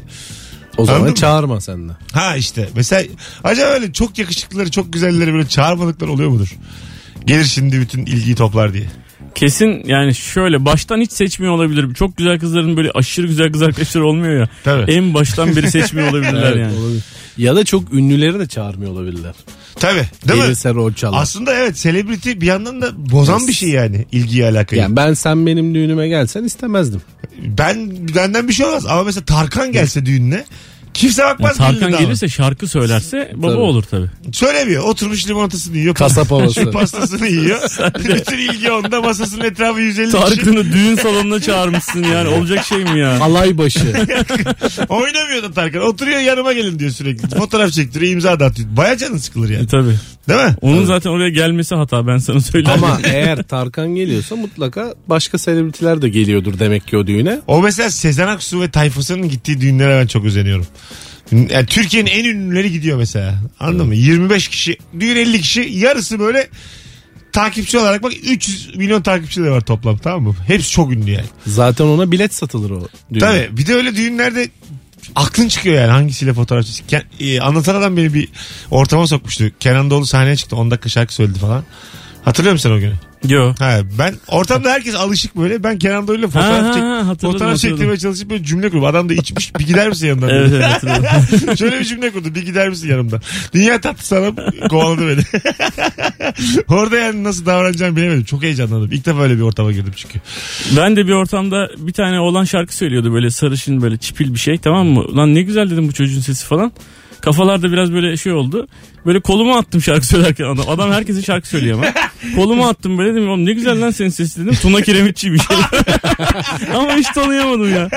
[SPEAKER 3] O
[SPEAKER 2] Anladın
[SPEAKER 3] zaman
[SPEAKER 2] mı?
[SPEAKER 3] çağırma sen de.
[SPEAKER 2] Ha işte mesela acaba öyle çok yakışıklıları çok güzelleri böyle çağırmadıkları oluyor mudur? Gelir şimdi bütün ilgiyi toplar diye.
[SPEAKER 4] Kesin yani şöyle baştan hiç seçmiyor olabilir. Çok güzel kızların böyle aşırı güzel kız arkadaşları olmuyor ya.
[SPEAKER 2] Tabii.
[SPEAKER 4] En baştan biri seçmiyor olabilirler
[SPEAKER 3] Evet,
[SPEAKER 4] yani.
[SPEAKER 3] olabilir. Ya da çok ünlüleri de çağırmıyor olabilirler.
[SPEAKER 2] Tabii değil mi?
[SPEAKER 3] Gelirse rol çalar.
[SPEAKER 2] Aslında evet selebriti bir yandan da bozan bir şey yani ilgiyi alakayı.
[SPEAKER 3] yani ben sen benim düğünüme gelsen istemezdim.
[SPEAKER 2] Ben benden bir şey olmaz ama mesela Tarkan gelse düğününe kimse
[SPEAKER 4] Yani
[SPEAKER 2] bakmaz
[SPEAKER 4] Tarkan
[SPEAKER 2] gelinine ama.
[SPEAKER 4] gelirse şarkı söylerse baba
[SPEAKER 3] Tabii.
[SPEAKER 4] olur tabii.
[SPEAKER 2] Söylemiyor oturmuş limonatasını yiyor.
[SPEAKER 3] Kasap havası.
[SPEAKER 2] pastasını yiyor. bütün ilgi onda masasının etrafı 150 kişi.
[SPEAKER 4] Tarkan'ı düğün salonuna çağırmışsın yani olacak şey mi ya?
[SPEAKER 3] Alay başı.
[SPEAKER 2] Oynamıyor da Tarkan. Oturuyor yanıma gelin diyor sürekli. Fotoğraf çektiriyor imza da atıyor. Baya canın sıkılır
[SPEAKER 4] E,
[SPEAKER 2] yani.
[SPEAKER 4] tabii.
[SPEAKER 2] Değil mi?
[SPEAKER 4] Onun zaten oraya gelmesi hata ben sana söyleyeyim.
[SPEAKER 3] Ama eğer Tarkan geliyorsa mutlaka başka selebritiler de geliyordur demek ki o düğüne.
[SPEAKER 2] O mesela Sezen Aksu ve Tayfası'nın gittiği düğünlere ben çok özeniyorum. Yani Türkiye'nin en ünlüleri gidiyor mesela. Anladın mı? 25 kişi, düğün 50 kişi, yarısı böyle takipçi olarak bak 300 milyon takipçi de var toplam tamam mı? Hepsi çok ünlü yani.
[SPEAKER 3] Zaten ona bilet satılır o düğüne.
[SPEAKER 2] Tabii bir de öyle düğünlerde aklın çıkıyor yani hangisiyle fotoğraf çekecek. Ken- e, anlatan adam beni bir ortama sokmuştu. Kenan Doğulu sahneye çıktı 10 dakika şarkı söyledi falan. Hatırlıyor musun sen o günü?
[SPEAKER 4] Yo.
[SPEAKER 2] Ha, ben ortamda herkes alışık böyle. Ben Kenan Doğulu'yla
[SPEAKER 4] Ha, ha,
[SPEAKER 2] fotoğraf, çek,
[SPEAKER 4] ha, hatırladım,
[SPEAKER 2] fotoğraf
[SPEAKER 4] hatırladım.
[SPEAKER 2] çektirmeye çalışıp böyle cümle kurup adam da içmiş bir gider misin yanımdan?
[SPEAKER 4] Evet,
[SPEAKER 2] dedi.
[SPEAKER 4] evet, hatırladım.
[SPEAKER 2] Şöyle bir cümle kurdu bir gider misin yanımdan? Dünya tatlı sana kovaladı beni. Orada yani nasıl davranacağımı bilemedim. Çok heyecanlandım. İlk defa öyle bir ortama girdim çünkü.
[SPEAKER 4] Ben de bir ortamda bir tane olan şarkı söylüyordu böyle sarışın böyle çipil bir şey tamam mı? Lan ne güzel dedim bu çocuğun sesi falan. Kafalarda biraz böyle şey oldu. Böyle kolumu attım şarkı söylerken adam. Adam herkese şarkı söylüyor ama. Kolumu attım böyle dedim oğlum ne güzel lan senin sesi dedim. Tuna Kiremitçi bir şey. ama hiç tanıyamadım ya.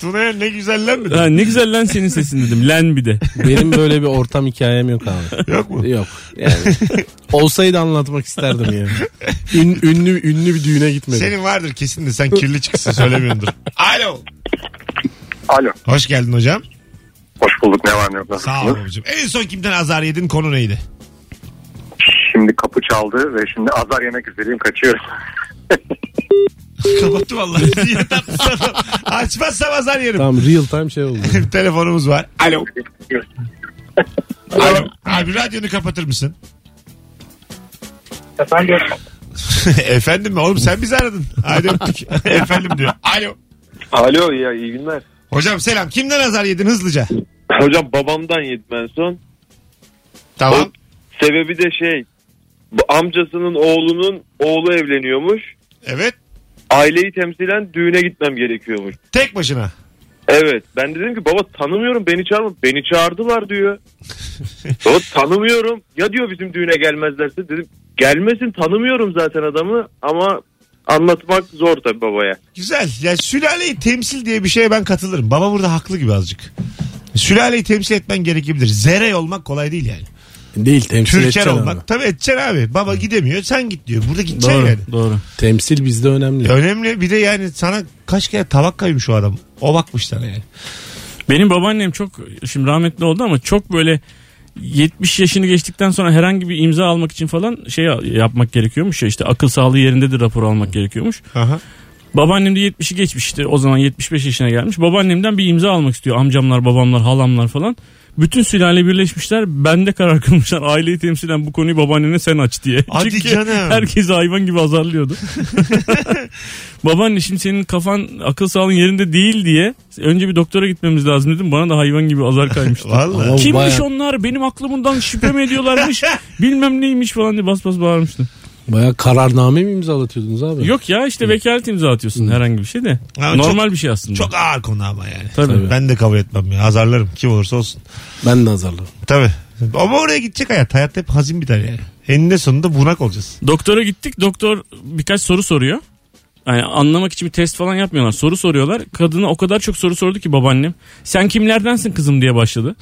[SPEAKER 2] Tuna'ya ne güzel lan mı?
[SPEAKER 4] Ha, ne güzel lan senin sesin dedim. Len bir de.
[SPEAKER 3] Benim böyle bir ortam hikayem yok abi.
[SPEAKER 2] Yok mu?
[SPEAKER 3] Yok. Yani olsaydı anlatmak isterdim yani. Ün- ünlü ünlü bir düğüne gitmedim.
[SPEAKER 2] Senin vardır kesin de sen kirli çıksın söylemiyordur. Alo.
[SPEAKER 5] Alo.
[SPEAKER 2] Hoş geldin hocam.
[SPEAKER 5] Hoş bulduk ne var ne yok
[SPEAKER 2] Sağ ol babacığım. En son kimden azar yedin konu neydi?
[SPEAKER 5] Şimdi kapı çaldı ve şimdi azar yemek üzereyim kaçıyorum.
[SPEAKER 2] Kapattı vallahi. Dünya tatlı sana. Açmazsam azar yerim.
[SPEAKER 3] Tamam real time şey oldu.
[SPEAKER 2] Telefonumuz var. Alo. Alo. Abi radyonu kapatır mısın?
[SPEAKER 5] Efendim?
[SPEAKER 2] Efendim mi? Oğlum sen bizi aradın. Hadi öptük. Efendim diyor. Alo.
[SPEAKER 7] Alo ya iyi günler.
[SPEAKER 2] Hocam selam. Kimden azar yedin hızlıca?
[SPEAKER 7] Hocam babamdan yedim en son.
[SPEAKER 2] Tamam.
[SPEAKER 7] Sebebi de şey bu amcasının oğlunun oğlu evleniyormuş.
[SPEAKER 2] Evet.
[SPEAKER 7] Aileyi temsilen düğüne gitmem gerekiyormuş.
[SPEAKER 2] Tek başına.
[SPEAKER 7] Evet ben de dedim ki baba tanımıyorum beni çağırma. Beni çağırdılar diyor. baba tanımıyorum. Ya diyor bizim düğüne gelmezlerse dedim gelmesin tanımıyorum zaten adamı ama
[SPEAKER 10] anlatmak zor tabii babaya.
[SPEAKER 2] Güzel. Yani sülaleyi temsil diye bir şeye ben katılırım. Baba burada haklı gibi azıcık. Sülaleyi temsil etmen gerekebilir. Zerey olmak kolay değil yani.
[SPEAKER 3] Değil temsil
[SPEAKER 2] Türker
[SPEAKER 3] edeceksin
[SPEAKER 2] olmak.
[SPEAKER 3] ama.
[SPEAKER 2] Tabii edeceksin abi. Baba gidemiyor sen git diyor. Burada gideceksin
[SPEAKER 4] Doğru
[SPEAKER 2] yani.
[SPEAKER 4] doğru.
[SPEAKER 3] Temsil bizde önemli.
[SPEAKER 2] Önemli. Bir de yani sana kaç kere tabak kaymış o adam. O bakmış sana yani.
[SPEAKER 4] Benim babaannem çok şimdi rahmetli oldu ama çok böyle 70 yaşını geçtikten sonra herhangi bir imza almak için falan şey yapmak gerekiyormuş ya işte akıl sağlığı yerindedir rapor almak gerekiyormuş.
[SPEAKER 2] Aha.
[SPEAKER 4] Babaannem de 70'i geçmişti. O zaman 75 yaşına gelmiş. Babaannemden bir imza almak istiyor. Amcamlar, babamlar, halamlar falan. Bütün sülale birleşmişler. Bende karar kılmışlar. Aileyi temsilen bu konuyu babaannene sen aç diye.
[SPEAKER 2] Hadi
[SPEAKER 4] Çünkü
[SPEAKER 2] canım.
[SPEAKER 4] herkesi hayvan gibi azarlıyordu. Babaanne şimdi senin kafan akıl sağlığın yerinde değil diye önce bir doktora gitmemiz lazım dedim. Bana da hayvan gibi azar kaymıştı.
[SPEAKER 2] Vallahi.
[SPEAKER 3] Ama bu
[SPEAKER 4] Kimmiş
[SPEAKER 3] baya-
[SPEAKER 4] onlar? Benim aklımdan şüphe mi ediyorlarmış? bilmem neymiş falan diye bas bas bağırmıştı.
[SPEAKER 3] Baya kararname mi imzalatıyordunuz abi?
[SPEAKER 4] Yok ya işte vekalet imza atıyorsun herhangi bir şey de.
[SPEAKER 2] Ama
[SPEAKER 4] Normal bir şey aslında.
[SPEAKER 2] Çok ağır konu ama yani.
[SPEAKER 4] Tabii.
[SPEAKER 2] Ben de kabul etmem ya. Azarlarım kim olursa olsun.
[SPEAKER 3] Ben de azarladım.
[SPEAKER 2] Tabii. Ama oraya gidecek hayat. Hayat hep hazin biter yani. Eninde sonunda bunak olacağız.
[SPEAKER 4] Doktora gittik. Doktor birkaç soru soruyor. Yani anlamak için bir test falan yapmıyorlar. Soru soruyorlar. Kadına o kadar çok soru sordu ki babaannem. Sen kimlerdensin kızım diye başladı.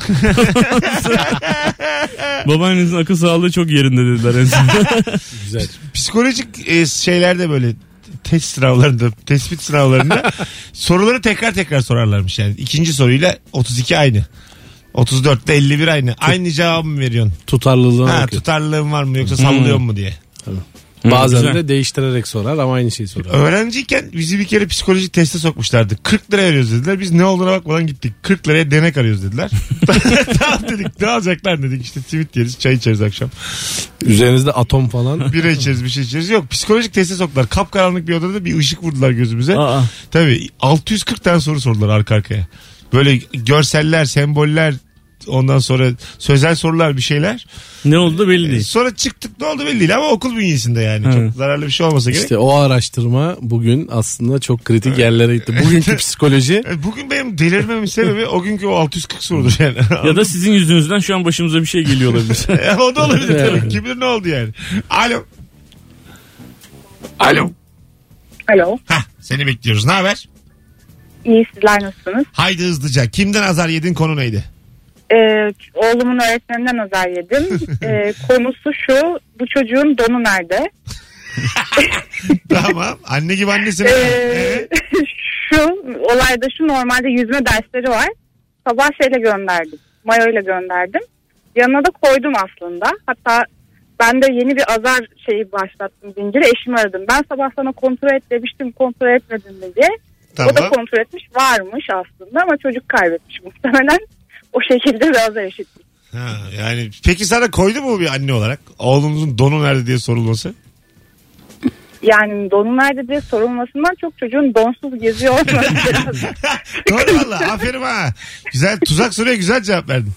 [SPEAKER 4] Babaannenizin akıl sağlığı çok yerinde dediler en sonunda.
[SPEAKER 3] Güzel.
[SPEAKER 2] Psikolojik e, şeylerde böyle test sınavlarında, tespit sınavlarında soruları tekrar tekrar sorarlarmış yani. İkinci soruyla 32 aynı. 34 ile 51 aynı. Aynı cevabı mı veriyorsun?
[SPEAKER 3] Tutarlılığına
[SPEAKER 2] Ha,
[SPEAKER 3] bakıyor.
[SPEAKER 2] tutarlığın var mı yoksa sallıyor mu diye.
[SPEAKER 3] Bazen
[SPEAKER 4] Güzel.
[SPEAKER 3] de değiştirerek sorar ama aynı şeyi sorar.
[SPEAKER 2] Öğrenciyken bizi bir kere psikolojik teste sokmuşlardı. 40 lira veriyoruz dediler. Biz ne olduğuna bakmadan gittik. 40 liraya denek arıyoruz dediler. tamam dedik. Ne alacaklar dedik. İşte tweet yeriz. Çay içeriz akşam.
[SPEAKER 3] Üzerinizde atom falan.
[SPEAKER 2] Bira içeriz bir şey içeriz. Yok psikolojik teste soktular. Kapkaranlık bir odada bir ışık vurdular gözümüze.
[SPEAKER 4] Aa.
[SPEAKER 2] Tabii 640 tane soru sordular arka arkaya. Böyle görseller, semboller ondan sonra sözel sorular bir şeyler.
[SPEAKER 4] Ne oldu da belli değil.
[SPEAKER 2] Sonra çıktık ne oldu belli değil ama okul bünyesinde yani.
[SPEAKER 4] Evet.
[SPEAKER 2] Çok zararlı bir şey olmasa gerek.
[SPEAKER 3] İşte o araştırma bugün aslında çok kritik yerlere gitti. Bugünkü psikoloji
[SPEAKER 2] E, Bugün benim delirmemin sebebi o günkü o 640 sorudur yani.
[SPEAKER 4] Ya da sizin yüzünüzden şu an başımıza bir şey geliyor olabilir.
[SPEAKER 2] E, o da olabilir tabii.
[SPEAKER 3] Yani.
[SPEAKER 2] Kim bilir ne oldu yani. Alo. Alo.
[SPEAKER 9] Alo.
[SPEAKER 2] Hah seni bekliyoruz. Ne haber?
[SPEAKER 9] İyi sizler nasılsınız?
[SPEAKER 2] Haydi hızlıca. Kimden azar yedin konu neydi?
[SPEAKER 9] Ee, oğlumun öğretmeninden azar yedim. Ee, konusu şu. Bu çocuğun donu nerede?
[SPEAKER 2] tamam. Anne gibi annesin.
[SPEAKER 9] Ee, şu olayda şu normalde yüzme dersleri var. Sabah şeyle gönderdim. Mayoyla gönderdim. Yanına da koydum aslında. Hatta ben de yeni bir azar şeyi başlattım zinciri. Eşimi aradım. Ben sabah sana kontrol et demiştim. Kontrol etmedin mi diye. O da
[SPEAKER 2] Tamam.
[SPEAKER 9] kontrol etmiş. Varmış aslında ama çocuk kaybetmiş muhtemelen. O şekilde bir azar eşitmiş.
[SPEAKER 2] Ha, yani peki sana koydu mu bir anne olarak? Oğlunuzun donu nerede diye sorulması.
[SPEAKER 9] Yani donu nerede diye sorulmasından çok çocuğun donsuz geziyor olması biraz.
[SPEAKER 2] Doğru valla. Aferin ha. Güzel tuzak soruya güzel cevap verdin.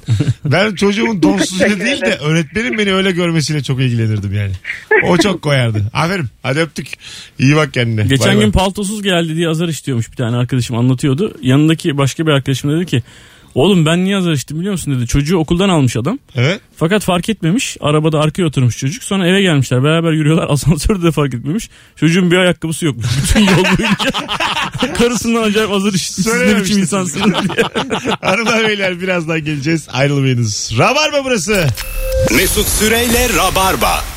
[SPEAKER 2] Ben çocuğumun donsuz diye değil de öğretmenin beni öyle görmesiyle çok ilgilenirdim yani. O çok koyardı. Aferin. Hadi öptük. İyi bak kendine.
[SPEAKER 4] Geçen
[SPEAKER 2] Bay bay.
[SPEAKER 4] gün paltosuz geldi diye azar işliyormuş bir tane arkadaşım anlatıyordu. Yanındaki başka bir arkadaşım dedi ki oğlum ben niye azar işittim biliyor musun dedi. Çocuğu okuldan almış adam.
[SPEAKER 2] Evet.
[SPEAKER 4] Fakat fark etmemiş. Arabada arkaya oturmuş çocuk. Sonra eve gelmişler. Beraber yürüyorlar. Asansörde de fark etmemiş. Çocuğun bir ayakkabısı yokmuş. Bütün yol boyunca. Karısından acayip hazır işitmiş. Siz ne biçim
[SPEAKER 2] Söylememiştim.
[SPEAKER 4] insansınız diye.
[SPEAKER 2] Hanımlar beyler birazdan geleceğiz. Ayrılmayınız. Rabarba burası.
[SPEAKER 1] Mesut Süreyle Rabarba.